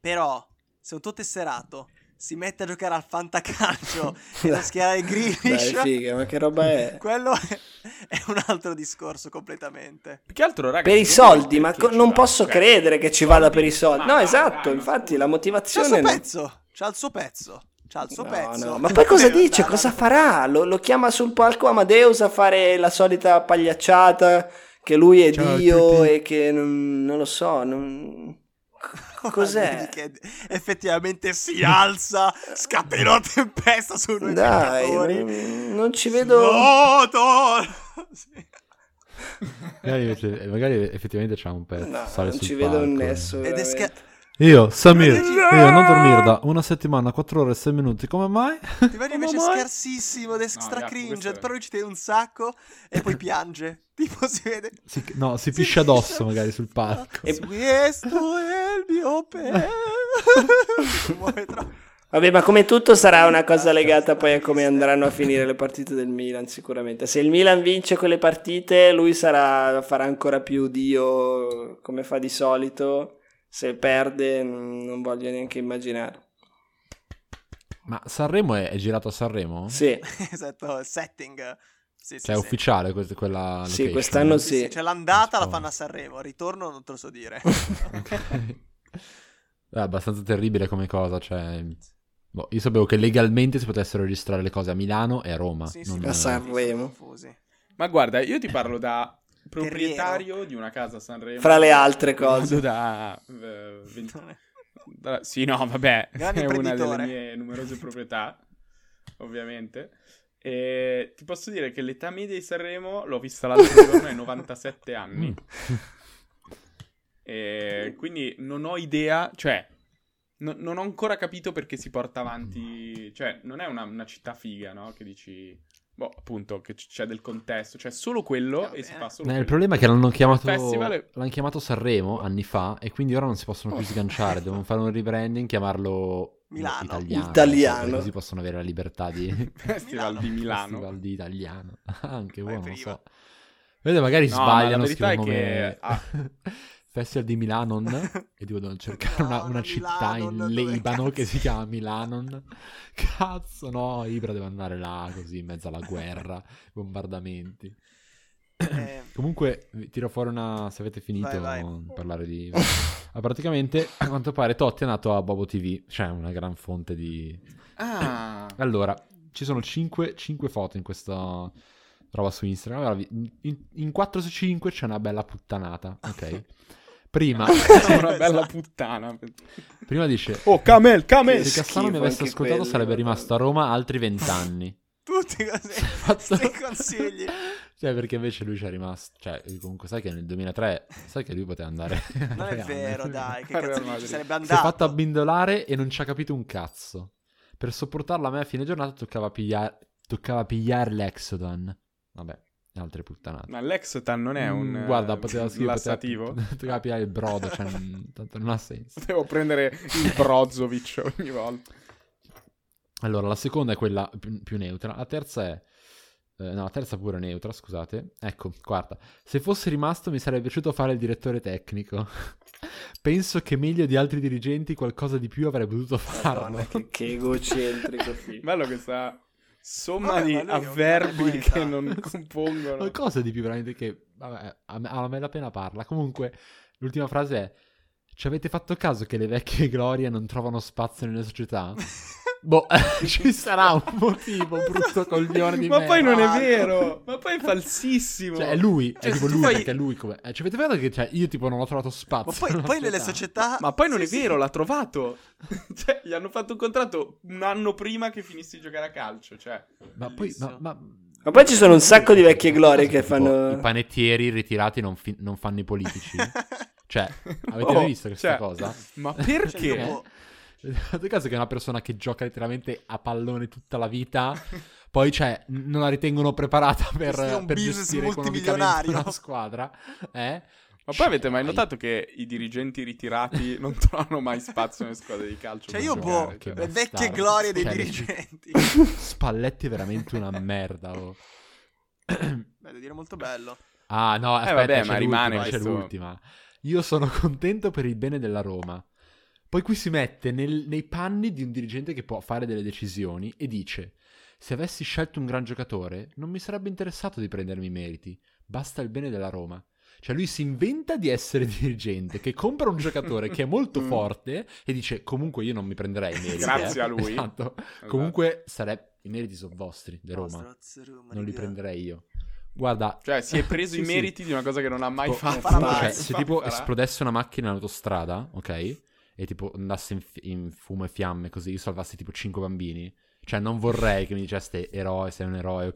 Però se un tuo tesserato si mette a giocare al
[LAUGHS]
fantacalcio e a schierare
Dai,
Grealish, [LAUGHS]
figa, Eh. ma che roba è?
quello è, è un altro discorso completamente.
Più che altro, raga,
Per i
secondo me
soldi, ma
perché
co-
ci
non
va?
posso
Cioè,
credere che ci vada per i soldi.
Ma
No,
dai,
esatto,
dai, ma
infatti
scusa.
la
C'ha il suo
motivazione... no.
pezzo. C'ha il suo pezzo. C'ha il suo
No,
pezzo.
no, Ma poi cosa
Deve
dice?
andare
Cosa
[LAUGHS] alla-
farà? Lo, lo chiama sul palco Amadeus a fare la solita pagliacciata che lui è
Ciao a
Dio
tutti.
e che non, non lo so, non... co- cos'è?
Vedi che effettivamente si alza,
[LAUGHS]
scatena una tempesta su noi
Dai,
giocatori.
non, non ci vedo...
Snodo!
[LAUGHS]
Sì.
Magari, invece- magari effettivamente c'ha un pezzo.
No,
sale
non
sul
ci vedo un
palco.
nesso.
Ed è
veramente.
sca-
Io, Samir,
No!
io non dormire da una settimana, 4 ore e 6 minuti, come mai?
Ti vedi invece scarsissimo, ed è stra
Jacopo, questo
cringe,
è-
però lui ci tiene un sacco e
[LAUGHS]
poi piange. Tipo si vede...
Si- no, si
Sì,
piscia addosso
sì.
magari sul palco.
E questo è il
[LAUGHS]
mio pe- Si muove troppo.
Vabbè, ma come tutto sarà una cosa legata poi a come andranno a finire le partite del Milan, sicuramente. Se il Milan vince quelle partite, lui sarà, farà ancora più Dio come fa di solito. Se perde, non non voglio neanche immaginare.
Ma Sanremo è, è girato a Sanremo?
Sì,
[LAUGHS] Esatto, setting. Sì, sì,
Cioè, è
sì.
ufficiale questa- quella
Sì,
location?
quest'anno
Sì, sì,
Sì.
cioè l'andata la
Oh.
fanno a Sanremo, il ritorno non te lo
[LAUGHS]
so dire. [LAUGHS]
Ok. [LAUGHS] È abbastanza terribile come cosa, cioè... boh, io sapevo che legalmente si potessero registrare le cose a Milano e a Roma.
Sì, sì,
non-
sì,
a San-
sono
Sanremo.
confusi.
Ma guarda, io ti parlo da proprietario di una casa a Sanremo.
fra le altre cose.
Vado da... eh, venti-
[COUGHS]
da- Sì, no, vabbè. [LAUGHS]
Grande
è una delle
imprenditore.
mie numerose proprietà, ovviamente. E ti posso dire che l'età media di Sanremo l'ho vista l'altro giorno ai 97 anni.
Mm. [LAUGHS]
E quindi non ho idea, cioè, no- non ho ancora capito perché si porta avanti. Cioè, non è una, una città figa, no? Che dici, boh, appunto, che c- c'è del contesto, cioè solo quello
Vabbè.
e si fa solo
Ma Eh, il
quello.
problema è che l'hanno chiamato,
Festival è-
l'hanno chiamato Sanremo anni fa e quindi ora non si possono più sganciare, devono fare un rebranding, chiamarlo
Milano.
italiano.
Italiano.
perché Così possono avere la libertà di
Festival di Milano.
festival di italiano. [LAUGHS] Anche
Vai
buono, non
prima.
so. Vede, magari
No, ma
sbagliano,
la verità
scrivono
è che-
come [LAUGHS] Festival di
[LAUGHS]
Milanon e devono cercare una,
Milano,
una città in
Milano, dove
Libano che
cazzo?
si chiama Milanon. [LAUGHS] Cazzo, no, Ibra deve andare là così in mezzo alla
[LAUGHS]
guerra, bombardamenti.
Eh,
Comunque, vi tiro fuori una. Se avete finito
Vai, vai.
di parlare
[LAUGHS]
di. Ah, praticamente, a quanto pare, Totti è nato a Bobo TV, cioè una gran fonte di.
Ah, [LAUGHS]
Allora, ci sono 5, foto in questa roba su Instagram. Allora, vi- in, in 4 su 5 c'è una bella puttanata,
[LAUGHS]
ok? Prima,
è
[LAUGHS]
una bella
Esatto.
puttana.
prima dice:
Oh, Camel, Camel!
Che
Se Cassano mi
schifo
avesse
anche
ascoltato,
quello,
sarebbe
guarda.
rimasto a Roma altri 20
[LAUGHS]
anni.
Tutti così.
[LAUGHS] Si è fatto-
Sti consigli.
[LAUGHS] cioè, perché invece lui c'è rimasto. Cioè, comunque, sai che nel 2003, sai che lui poteva
[LAUGHS]
andare.
Non è vero, dai, che
Real
cazzo dici?
Madrid.
Sarebbe
Si è
Esatto.
fatta
andato.
abbindolare e non ci ha capito un cazzo. Per sopportarla a me a fine giornata toccava, piglia- toccava pigliare l'Exodon. Vabbè, altre puttanate.
Ma l'Exotan non è un...
Mm,
eh,
Guarda, poteva sì, [LAUGHS] poteva-
lassativo?
toccava pigliare il brodo, cioè, non- tanto non ha senso.
Potevo prendere il Brozovic ogni volta.
Allora, la seconda è quella più, più neutra. La terza è... eh, no, la terza pure è neutra, scusate. Ecco, quarta. Se fosse rimasto mi sarebbe piaciuto fare il direttore tecnico. [LAUGHS] Penso che meglio di altri dirigenti qualcosa di più avrei potuto
Madonna,
farlo.
che, che
[LAUGHS]
egocentrico figo.
Bello questa somma
Vabbè,
di
ma lui è un grande
avverbi
poeta.
che non compongono.
Qualcosa di più veramente che... Vabbè, a me, a me la pena parla. Comunque, l'ultima frase è... Ci avete fatto caso che le vecchie glorie non trovano spazio nelle
[LAUGHS]
società? Boh, [LAUGHS] ci sarà un motivo, brutto coglione di
Ma
merda.
poi non è
Ah.
vero,
[LAUGHS]
ma poi è falsissimo.
Cioè, è lui,
Cioè,
è tipo
se tu
lui,
fai-
perché è lui come... eh, ci avete fatto che cioè, io tipo non ho trovato spazio
Ma poi,
nella
poi nelle società...
Ma poi non
Sì,
è
sì. [LAUGHS]
vero, l'ha trovato. [LAUGHS] cioè, gli hanno fatto un contratto un anno prima che finissi di giocare a calcio, cioè.
Ma poi...
Bellissimo.
Ma, ma...
Ma poi ci sono un sacco di vecchie glorie che
Tipo,
fanno-
I panettieri ritirati non, fi- non
[LAUGHS]
fanno i politici. cioè, avete
Oh,
mai visto questa
cioè, boh,
cosa?
[LAUGHS] Ma
Cioè, [LAUGHS]
perché?
dopo- Dato caso che è una persona che gioca letteralmente a pallone tutta la vita, poi cioè, n- non la ritengono preparata per,
Questo è un
per
business
gestire economicamente
multimilionario.
una squadra. Eh?
Ma poi avete mai
Dai.
notato che i dirigenti ritirati [LAUGHS] non trovano mai spazio nelle squadre di calcio?
Cioè
per
io, boh,
giocare,
Che
le
cioè.
bastardo.
vecchie glorie dei
Cioè, [LAUGHS]
dirigenti.
Spalletti è veramente una merda. oh.
Bello, dire molto bello.
Ah, no, aspetta,
Eh, vabbè,
c'è
ma rimane
l'ultima, c'è
questo-
l'ultima. Io sono [LAUGHS] contento per il bene della Roma. Poi qui si mette nel- nei panni di un dirigente che può fare delle decisioni e dice: Se avessi scelto un gran giocatore, non mi sarebbe interessato di prendermi i meriti. Basta il bene della Roma. Cioè, lui si inventa di essere [LAUGHS] dirigente, che compra un giocatore che è molto
Mm.
forte e dice: Comunque, io non mi prenderei i meriti.
Grazie
eh."
a lui.
Esatto.
Esatto.
Comunque, sare- i meriti sono vostri, di Roma. Non li prenderei io. Guarda,
Cioè, si è preso i
Sì, sì.
meriti di una cosa che non ha mai
Tipo,
fatto.
farà
appunto,
mai.
cioè,
si
se tipo
farà.
esplodesse una macchina in autostrada, ok? E tipo andasse in, fi- in fumo e fiamme così, io salvassi tipo 5 bambini. Cioè, non vorrei che mi diceste eroe, sei un eroe, ok?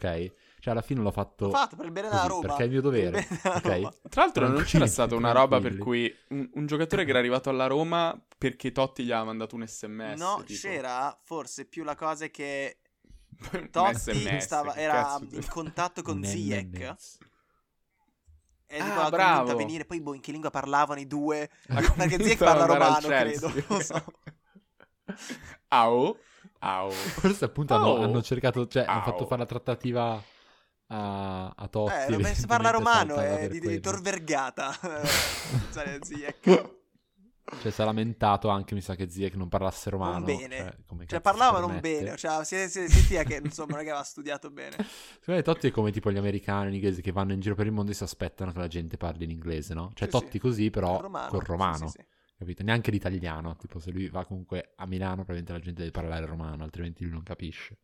Cioè, alla fine l'ho fatto.
L'ho fatto per il bene della
così,
Roma.
perché è il mio dovere,
[LAUGHS] Per il bene della
ok?
Roma.
Tra l'altro, non c'era
Tranquilli,
stata una roba per
tranquilli.
cui un, un giocatore che era arrivato alla Roma perché Totti gli aveva mandato un sms.
No,
tipo.
c'era forse più la cosa che
[LAUGHS] Un
Totti
SMS,
stava-
che
era
cazzo tu-
in contatto con
[LAUGHS] Un
Ziyech.
MMS.
E
Ah,
tipo la
bravo.
convinta a venire, poi boh, in che lingua parlavano
[LAUGHS]
i due? Ecco,
La
[LAUGHS] Perché Ziyech
convinta
parla
ad andare al
romano, credo.
Chelsea.
Non lo so.
[LAUGHS] Au, au.
Forse appunto hanno,
Oh.
hanno cercato, cioè, hanno
Au.
fatto fare la trattativa a, a [LAUGHS] Totti. [LAUGHS]
Eh, non penso parla romano,
evidentemente, saltava
è eh, di,
per quello.
di Tor
[LAUGHS]
Vergata. [LAUGHS] Cioè, Ziyech.
Cioè, si è lamentato anche, mi sa che Zia che non parlasse romano.
bene.
Cioè, come
Cioè,
cazzo si
parlavano non
permette?
bene, cioè, si, si- sentiva che insomma non è che aveva
[LAUGHS]
studiato bene.
Secondo me Totti è come tipo gli americani, gli inglesi che vanno in giro per il mondo e si aspettano che la gente parli in inglese, no? Cioè
Sì,
Totti
sì.
così però
Col romano.
col
sì,
romano,
sì, sì.
capito? Neanche l'italiano, tipo se lui va comunque a Milano probabilmente la gente deve parlare romano, altrimenti lui non capisce.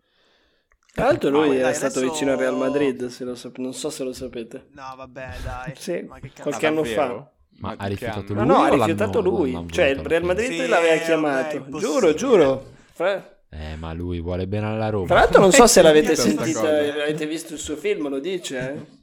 Tra l'altro
Ah,
lui
dai,
era
adesso-
stato vicino al Real Madrid, se lo sap- non so se lo sapete.
No, vabbè, dai.
Sì,
Ma che cazzo.
qualche anno fa.
Ma
di
ha
che
rifiutato
No,
anno?
Lui
no,
o
ha
l'hanno-
rifiutato
l'hanno
lui.
voluto
cioè, il
alla
Real
fine?
Madrid
Sì, eh,
l'aveva
vabbè, è
chiamato.
impossibile.
giuro, giuro. Fra...
Eh, ma lui vuole bene alla Roma.
Fra l'altro non so se l'avete
Questa
sentita,
cosa.
avete visto il suo film, lo dice, eh?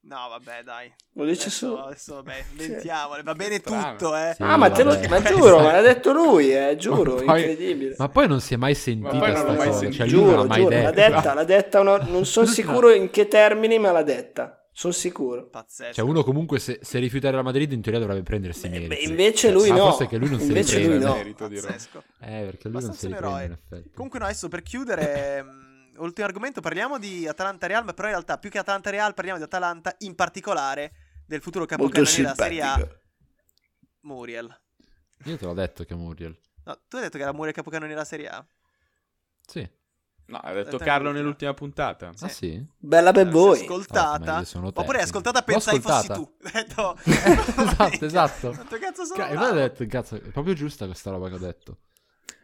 No, vabbè, dai.
Lo dice
adesso,
su.
adesso, vabbè,
Sì.
inventiamole. Va bene
Strano.
tutto, eh.
Sì.
Ah, ma, te lo,
vabbè. [LAUGHS]
ma giuro, ma l'ha detto lui, eh, giuro,
Ma poi-
incredibile.
Ma poi non si è mai
Ma
sentita
poi non
sta
l'ho mai
cosa,
sentita.
cioè lui non
giuro,
l'ha mai
giuro, l'ha
detta.
detta, l'ha detta, una- non sono
No.
sicuro in che termini, ma l'ha detta. Sono sicuro.
Pazzesco.
Cioè uno comunque se, se rifiuta il Real Madrid in teoria dovrebbe prendersi i
Beh,
meriti.
beh, invece lui
Ah,
no.
forse che lui non si
Invece lui
riprende.
no.
merito di Roma.
Pazzesco.
Eh, perché lui non si
Abbastanza un
riprende in
eroe.
effetti.
Comunque no, adesso per chiudere, mh, ultimo argomento, parliamo di Atalanta-Real, ma però in realtà più che Atalanta-Real parliamo di Atalanta, in particolare del futuro capocannoniere della Serie A, Muriel.
Io te l'ho detto che è Muriel.
No, tu hai detto che era Muriel capocannoniere della Serie A?
Sì.
No, ha detto
Aspetta,
Carlo
l'ultima.
nell'ultima puntata.
Ah sì?
Bella per
L'avessi
voi.
Vabbè, ma
ascoltata.
io sono te,
Oppure hai
quindi.
ascoltata
L'ho
pensai fossi
ascoltata.
tu. [LAUGHS] Hai
[LAUGHS]
detto-
esatto, esatto.
Quanto cazzo sono
Ca- e poi ho
bravo.
detto, cazzo, è proprio giusta questa roba che ho detto.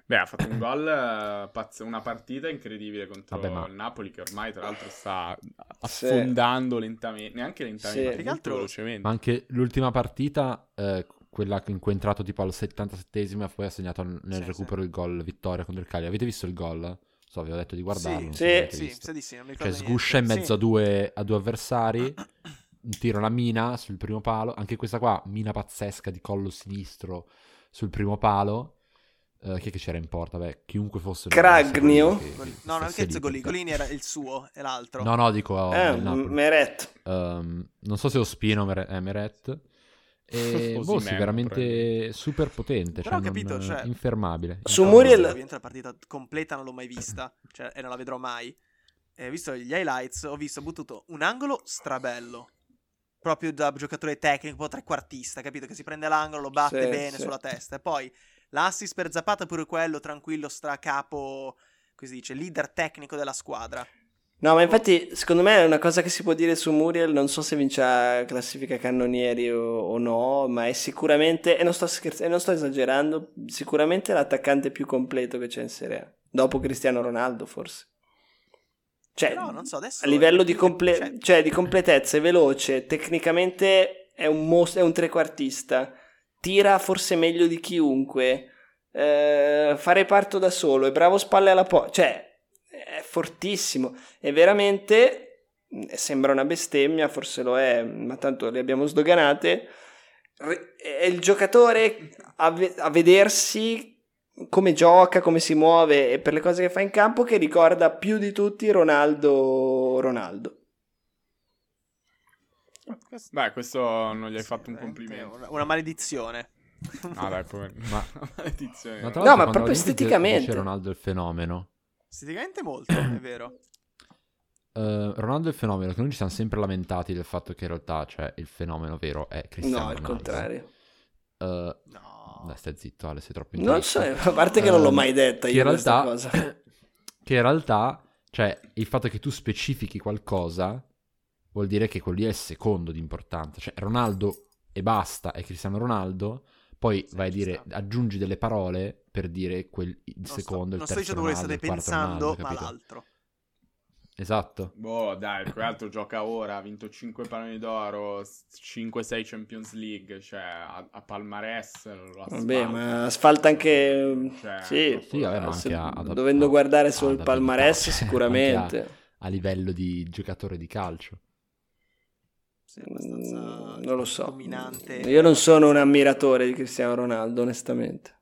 Beh, ha fatto un gol, eh, pazz- una partita incredibile contro
Vabbè, ma-
il Napoli che ormai tra l'altro sta
Sì.
affondando lentamente, neanche lentamente,
Sì.
ma
Più che
molto
altro-
velocemente.
Ma anche l'ultima partita, eh, quella in cui è entrato tipo al 77esimo e poi ha segnato nel
Sì,
recupero il gol vittoria contro il Cagliari. Avete visto il gol? Non So, vi ho detto di guardarlo.
Sì,
non so
sì,
se l'avete
Sì, mi
visto.
sa di sì, non mi
Cioè
ricordo
sguscia in
niente.
mezzo a, due, a due avversari, un tiro alla mina sul primo palo, anche questa qua, mina pazzesca di collo sinistro sul primo palo. Eh, chi è che c'era in porta? Beh, chiunque fosse... non era stato
Cragnio?
lui che-
Gol-
che
No, non
stesse
è che
lì,
Golini,
perché-
Golini era il suo, è l'altro.
No, no, dico... oh,
Eh,
il Napoli.
Meret.
Ehm, non so se Ospino Mere- è Meret.
[LAUGHS]
E boh, sì,
Osimhen,
veramente super potente.
Però
Cioè,
ho capito,
non-
cioè-
Infermabile.
Su
Infermabile.
Muriel-
Ovviamente la partita completa non l'ho mai vista, cioè, e non la vedrò mai. E visto gli highlights, ho visto, ho buttato un angolo strabello. Proprio da giocatore tecnico, un po' trequartista, capito? Che si prende l'angolo, lo batte
Sì,
bene
sì.
sulla testa. E poi l'assist per Zapata, pure quello, tranquillo, stracapo, così si dice, leader tecnico della squadra.
No, ma infatti, secondo me è una cosa che si può dire su Muriel. Non so se vince la classifica cannonieri o, o no, ma è sicuramente, e non sto scherzando, e non sto esagerando, sicuramente l'attaccante più completo che c'è in Serie A. Dopo Cristiano Ronaldo, forse. Cioè,
Però, non so, adesso...
a livello di, comple-
cioè,
cioè, di completezza, è veloce, tecnicamente è un, mos- è un trequartista, tira forse meglio di chiunque, eh, fa reparto da solo, è bravo spalle alla po', cioè è fortissimo, e veramente mh, sembra una bestemmia, forse lo è, ma tanto le abbiamo sdoganate, re- è il giocatore a, ve- a vedersi come gioca, come si muove e per le cose che fa in campo che ricorda più di tutti Ronaldo Ronaldo.
Beh, questo non gli hai fatto un
Cioè, Veramente
complimento.
Una, una maledizione. [LAUGHS]
[LAUGHS]
Ah, dai, pover-
Ma-
maledizione.
Ma tra
no.
l'altro
No, ma
quando
proprio
lo dici, dice-
esteticamente.
dice Ronaldo il fenomeno.
Esteticamente molto, è vero.
Eh, Ronaldo il fenomeno, che noi ci siamo sempre lamentati del fatto che in realtà cioè, il fenomeno vero è Cristiano
no, al
Ronaldo.
contrario.
Eh,
No.
dai, stai zitto, Ale, sei troppo
Non
[LAUGHS]
so,
interessato.
a parte che non l'ho
Ehm,
mai detta
che
io
in
questa
realtà, [LAUGHS]
cosa.
[COUGHS] che in realtà, cioè, il fatto che tu specifichi qualcosa vuol dire che quello lì è il secondo di importanza. Cioè, Ronaldo e basta, è Cristiano Ronaldo, poi
Sì,
vai a
ci
dire,
sta.
aggiungi delle parole per dire quel, il
Non sto-
secondo, il
non sto
terzo
dicendo
Ronaldo,
quello che state
il quarto
pensando,
Ronaldo,
ma
capito?
l'altro.
Esatto.
Boh, dai, quell'altro gioca ora, ha vinto 5 palloni d'oro, 5-6 Champions League, cioè a, a Palmares lo asfalta.
Vabbè, ma asfalta anche
Cioè,
sì,
Sì, vabbè, ma
se-
anche a- ad-
dovendo
a-
guardare solo
ad [LAUGHS]
il palmarès
abilità,
sicuramente.
A livello di giocatore di calcio.
Sì, abbastanza
Mm, non lo so.
dominante.
Io non sono un ammiratore di Cristiano Ronaldo, onestamente.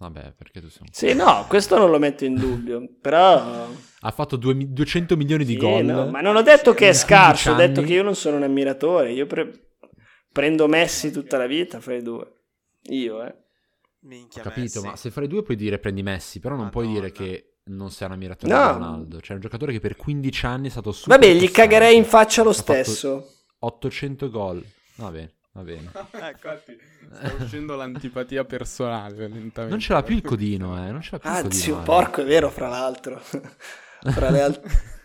Vabbè, perché tu sei un...
Sì, no, questo non lo metto in dubbio, però
Ha fatto due mi- 200 milioni di
Sì,
gol.
no, ma non ho detto
Sì,
che è
in 15
scarso, ho detto
anni.
che io non sono un ammiratore, io pre- prendo Messi tutta la vita fra i due. Io, eh.
Minchia,
Ho capito,
Messi.
ma se fra i due puoi dire prendi Messi, però non puoi
Madonna.
dire che non sei un ammiratore
No.
di Ronaldo. Cioè, un giocatore che per 15 anni è stato super
Vabbè, gli
costante.
cagherei in faccia lo
Ha fatto
stesso.
800 gol. Va bene, va bene.
Eh, Infatti, sta uscendo l'antipatia personale lentamente.
Non ce l'ha più il codino, eh. Non ce l'ha più il codino.
Anzi, un
Ale.
Ah, porco, è vero, fra
[LAUGHS]
l'altro. fra, le al-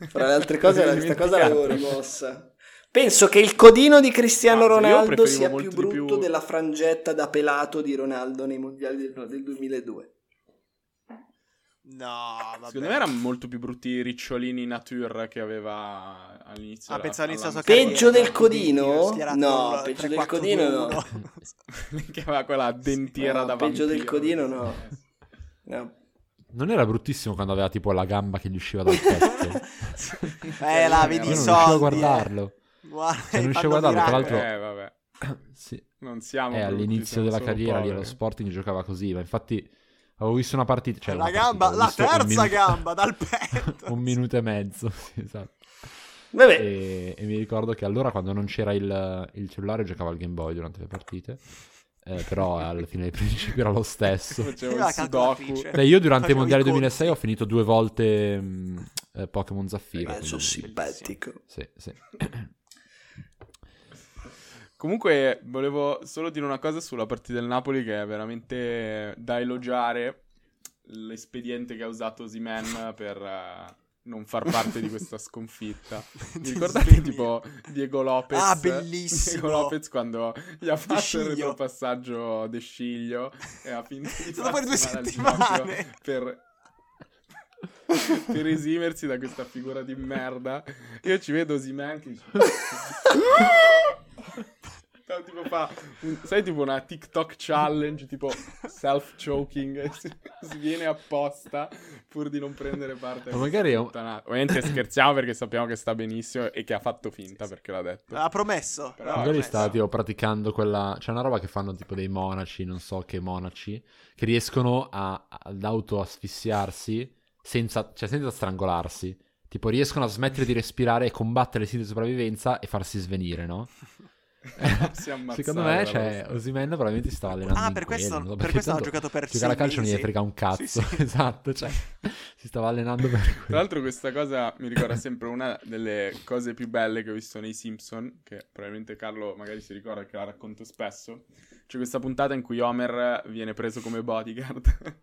fra le altre cose,
Mi
la-
sono
questa cosa l'avevo
dimenticato.
rimossa. Penso che il codino di Cristiano
Ah, io
Ronaldo
preferivo
sia più
molto di più-
brutto della frangetta da pelato di Ronaldo nei mondiali del, del 2002.
No, vabbè.
Secondo me erano molto più brutti i ricciolini Nature che aveva all'inizio.
Ah,
della-
pensavo all'inizio della sua
all'anno
Peggio
carriera,
del codino?
quindi, schierato
No,
col
peggio del
3-4-2-1.
codino [LAUGHS] no.
[LAUGHS] che aveva quella dentiera
No,
da
peggio del
vampiro.
codino no.
Eh,
No.
Non era bruttissimo quando aveva tipo la gamba che gli usciva
[LAUGHS]
dal petto.
Cioè,
Eh, la
Io
vedi
non
i
riuscivo
soldi.
a guardarlo.
Eh. Guarda,
Cioè, non
fanno
riuscivo a guardarlo, tra
miracoli.
l'altro-
Eh, vabbè.
Sì,
Non siamo
Eh,
brutti,
all'inizio
siamo
della
solo
carriera lì
poveri.
allo Sporting giocava così, ma infatti avevo visto una partita, cioè
la
una
gamba,
partita,
la
avevo visto un
terza
minuto- [LAUGHS]
gamba dal petto.
un minuto e mezzo, [LAUGHS] sì, esatto.
Vabbè,
E, e mi ricordo che allora quando non c'era il, il cellulare giocavo al Game Boy durante le partite, eh, però
[LAUGHS]
alla fine del principio era lo stesso.
Facevo
Io
il
la
sudoku.
calcolatrice.
Beh, io durante i
Facevo i
mondiali
conti.
2006 ho finito due volte mh, eh, Pokémon Zaffiro.
ma sono
quindi-
simpatico.
Sì, sì.
Comunque, volevo solo dire una cosa sulla partita del Napoli che è veramente da elogiare l'espediente che ha usato Osimen per eh, non far parte di questa
[LAUGHS]
sconfitta. Vi ricordate tipo Diego Lopez?
Ah, bellissimo.
Diego Lopez quando gli ha fatto il
Sciglio.
retropassaggio De Sciglio e
[LAUGHS]
ha finito di
È stato fuori due
farsi male al
settimane.
ginocchio per [LAUGHS] per esimersi da questa figura di merda. Io ci vedo Osimen che No, tipo fa, un- sai tipo una TikTok challenge, tipo self-choking,
[LAUGHS]
e si, si viene apposta pur di non prendere parte.
Ma magari è un-
Puttana- Ovviamente scherziamo perché sappiamo che sta benissimo e che ha fatto finta perché l'ha detto.
L'ha promesso.
Però
l'ha
Ah,
Magari
promesso.
sta tipo, praticando quella. C'è una roba che fanno tipo dei monaci, non so che monaci, che riescono a, ad autoasfissiarsi senza, cioè, senza strangolarsi. Tipo, riescono a smettere di respirare e combattere il di sopravvivenza e farsi svenire, no?
[LAUGHS]
Eh, [LAUGHS]
Si ammazzava,
Secondo me,
era
cioè,
lo-
Osimhen probabilmente si stava allenando.
Ah,
in
per questo,
quello, non so,
per
perché
questo hanno
tanto
giocato per
Giocare a
sei
calcio non gli
mesi. [LAUGHS]
frega [LAUGHS] un cazzo.
Sì, sì.
esatto, cioè, si stava allenando per quello.
Tra l'altro questa cosa mi ricorda sempre una delle cose più belle che ho visto nei Simpson, che probabilmente Carlo magari si ricorda che la racconto spesso. C'è questa puntata in cui Homer viene preso come bodyguard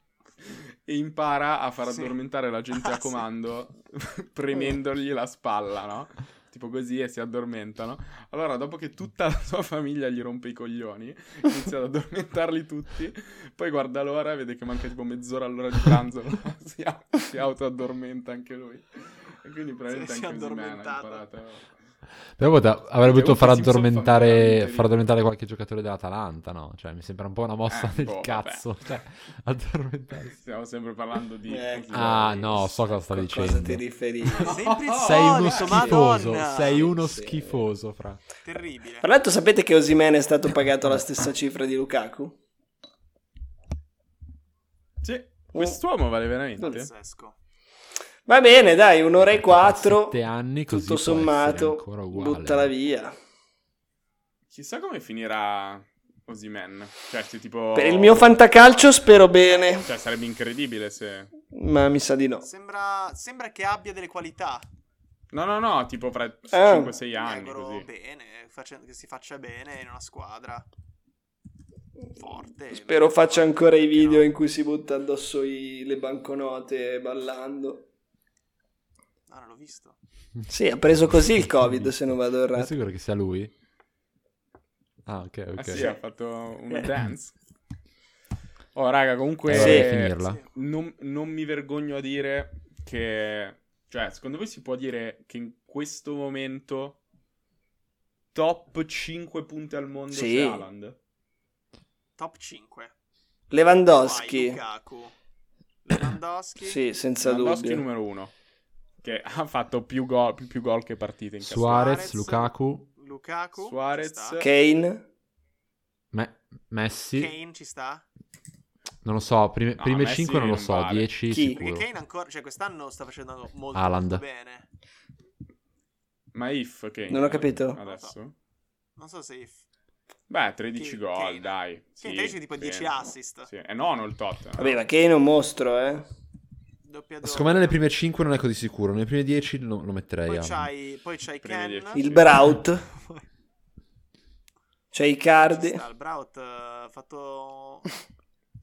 [LAUGHS] e impara a far
Sì.
addormentare la gente
Ah,
a
sì. [LAUGHS]
comando [LAUGHS] premendogli la spalla, no? Tipo così e si addormentano. Allora, dopo che tutta la sua famiglia gli rompe i coglioni, inizia ad addormentarli tutti, poi guarda l'ora e vede che manca tipo mezz'ora all'ora di pranzo, [LAUGHS] no? si, au- si autoaddormenta anche lui. E quindi probabilmente
Si è
anche Osimhen ha
addormentato.
imparato.
Però poteva- avrebbe
Perché
potuto far
Cioè, comunque Simpson fa veramente
addormentare,
ridere.
far addormentare qualche giocatore dell'Atalanta, no? Cioè, mi sembra un po' una mossa
Eh,
del
boh,
cazzo. [LAUGHS]
vabbè.
Cioè, addormentare.
Cioè, Stiamo sempre parlando di...
Eh,
Ah,
Dai,
no, so cosa stavi
A
dicendo.
cosa ti riferivi?
Sempre il
Sei uno
solito,
schifoso.
Oh, Madonna.
Sei uno
Sì.
schifoso, fra.
Terribile.
Tra l'altro sapete che Osimene è stato pagato la stessa cifra di Lukaku?
Sì, quest'uomo vale veramente.
Pazzesco.
Va bene, dai, un'ora e quattro.
Sette anni così può
Tutto
essere
sommato,
ancora uguale.
buttala via.
Chissà come finirà Osimen. Cioè, se tipo...
Per il mio fantacalcio spero bene,
Cioè, sarebbe incredibile se...
ma mi sa di no.
Sembra, sembra che abbia delle qualità.
No, no, no, tipo fra
Ah.
5-6
Mi
anni
auguro
così.
bene, facendo- che si faccia bene in una squadra forte.
Spero
Perché-
faccia ancora i
perché
video
no?
in cui si butta addosso i- le banconote ballando.
No, Ah, non l'ho visto.
Mm.
Sì, ha preso così il covid se non vado
Sei
errato.
sicuro che sia lui? Ah, ok, ok.
Ah sì, ha fatto un
Eh.
dance. Oh, raga, comunque...
Eh,
Sì.
vorrei finirla.
Sì.
non, non mi vergogno a dire che... Cioè, secondo voi si può dire che in questo momento top 5 punti al mondo
Sì.
c'è Haaland?
Top 5. Vai,
Lewandowski.
Lukaku. Lewandowski.
Sì, senza
Lewandowski
dubbio.
numero 1, che ha fatto più gol, più, più gol che partite in casa.
Suarez, Lukaku.
Lukaku.
Suarez.
ci sta.
Kane.
Me- Messi,
Kane ci sta.
non lo so, prime,
No,
prime
Messi
5 non lo
non
so,
vale.
10
Chi?
sicuro.
Perché Kane ancora, cioè quest'anno sta facendo molto,
Haaland.
molto bene.
Ma if che...
Non ho capito.
Adesso?
Non so se if.
Beh, 13
Chi-
gol,
Kane.
dai.
Sì, invece tipo 10 assist.
Sì. È nono il Tottenham.
Vabbè, ma Kane è un mostro, eh.
Doppia
Secondo me nelle prime 5 non è così sicuro, nelle prime 10 lo, lo metterei.
Poi
a-
c'hai, poi c'hai
Prime
Ken.
dieci.
Il
Sì.
Braut. C'è
Ci
Icardi.
sta, il Braut eh, ha fatto,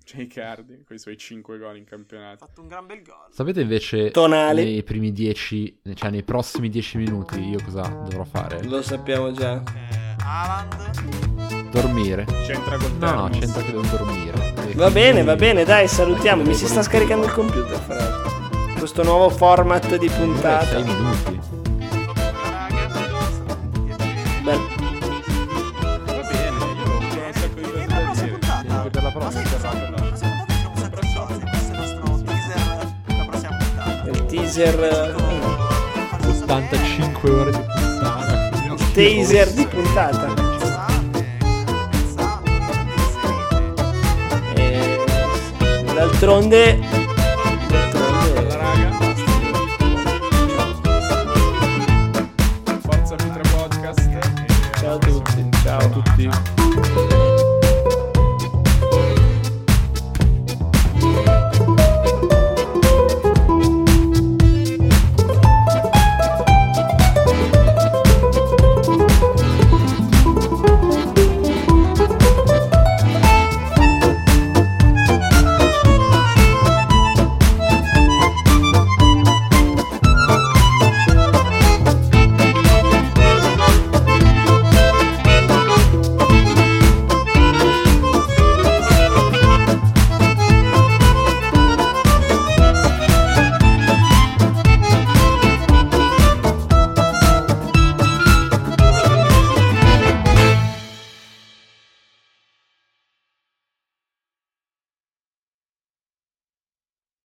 C'è Icardi, con i suoi 5 gol in
ha
campionato.
fatto un gran bel gol.
Sapete invece
Tonali.
nei primi 10, cioè nei prossimi 10 minuti io cosa dovrò fare?
Lo sappiamo già.
Eh, Haaland.
Dormire.
C'entra col
No, no,
Termus.
c'entra che devo dormire. E
Va bene,
quindi-
va bene, dai, salutiamo. Mi si sta scaricando il computer, fra l'altro. Questo nuovo format
Vabbè,
di
sei
puntata.
minuti.
Raga,
Bel-
Va bene, io ho un sacco di cose
E
da
la prossima
dire.
puntata.
Per la
Ma sai
prossima.
che facciamo? La prossima puntata facciamo un sacco di cose. Questo è il nostro teaser. La prossima puntata.
Il teaser. eh,
Farlo sapere.
85 ore di puntata.
Il taser di puntata.
Pensate, pensate, pensate.
Eh, d'altronde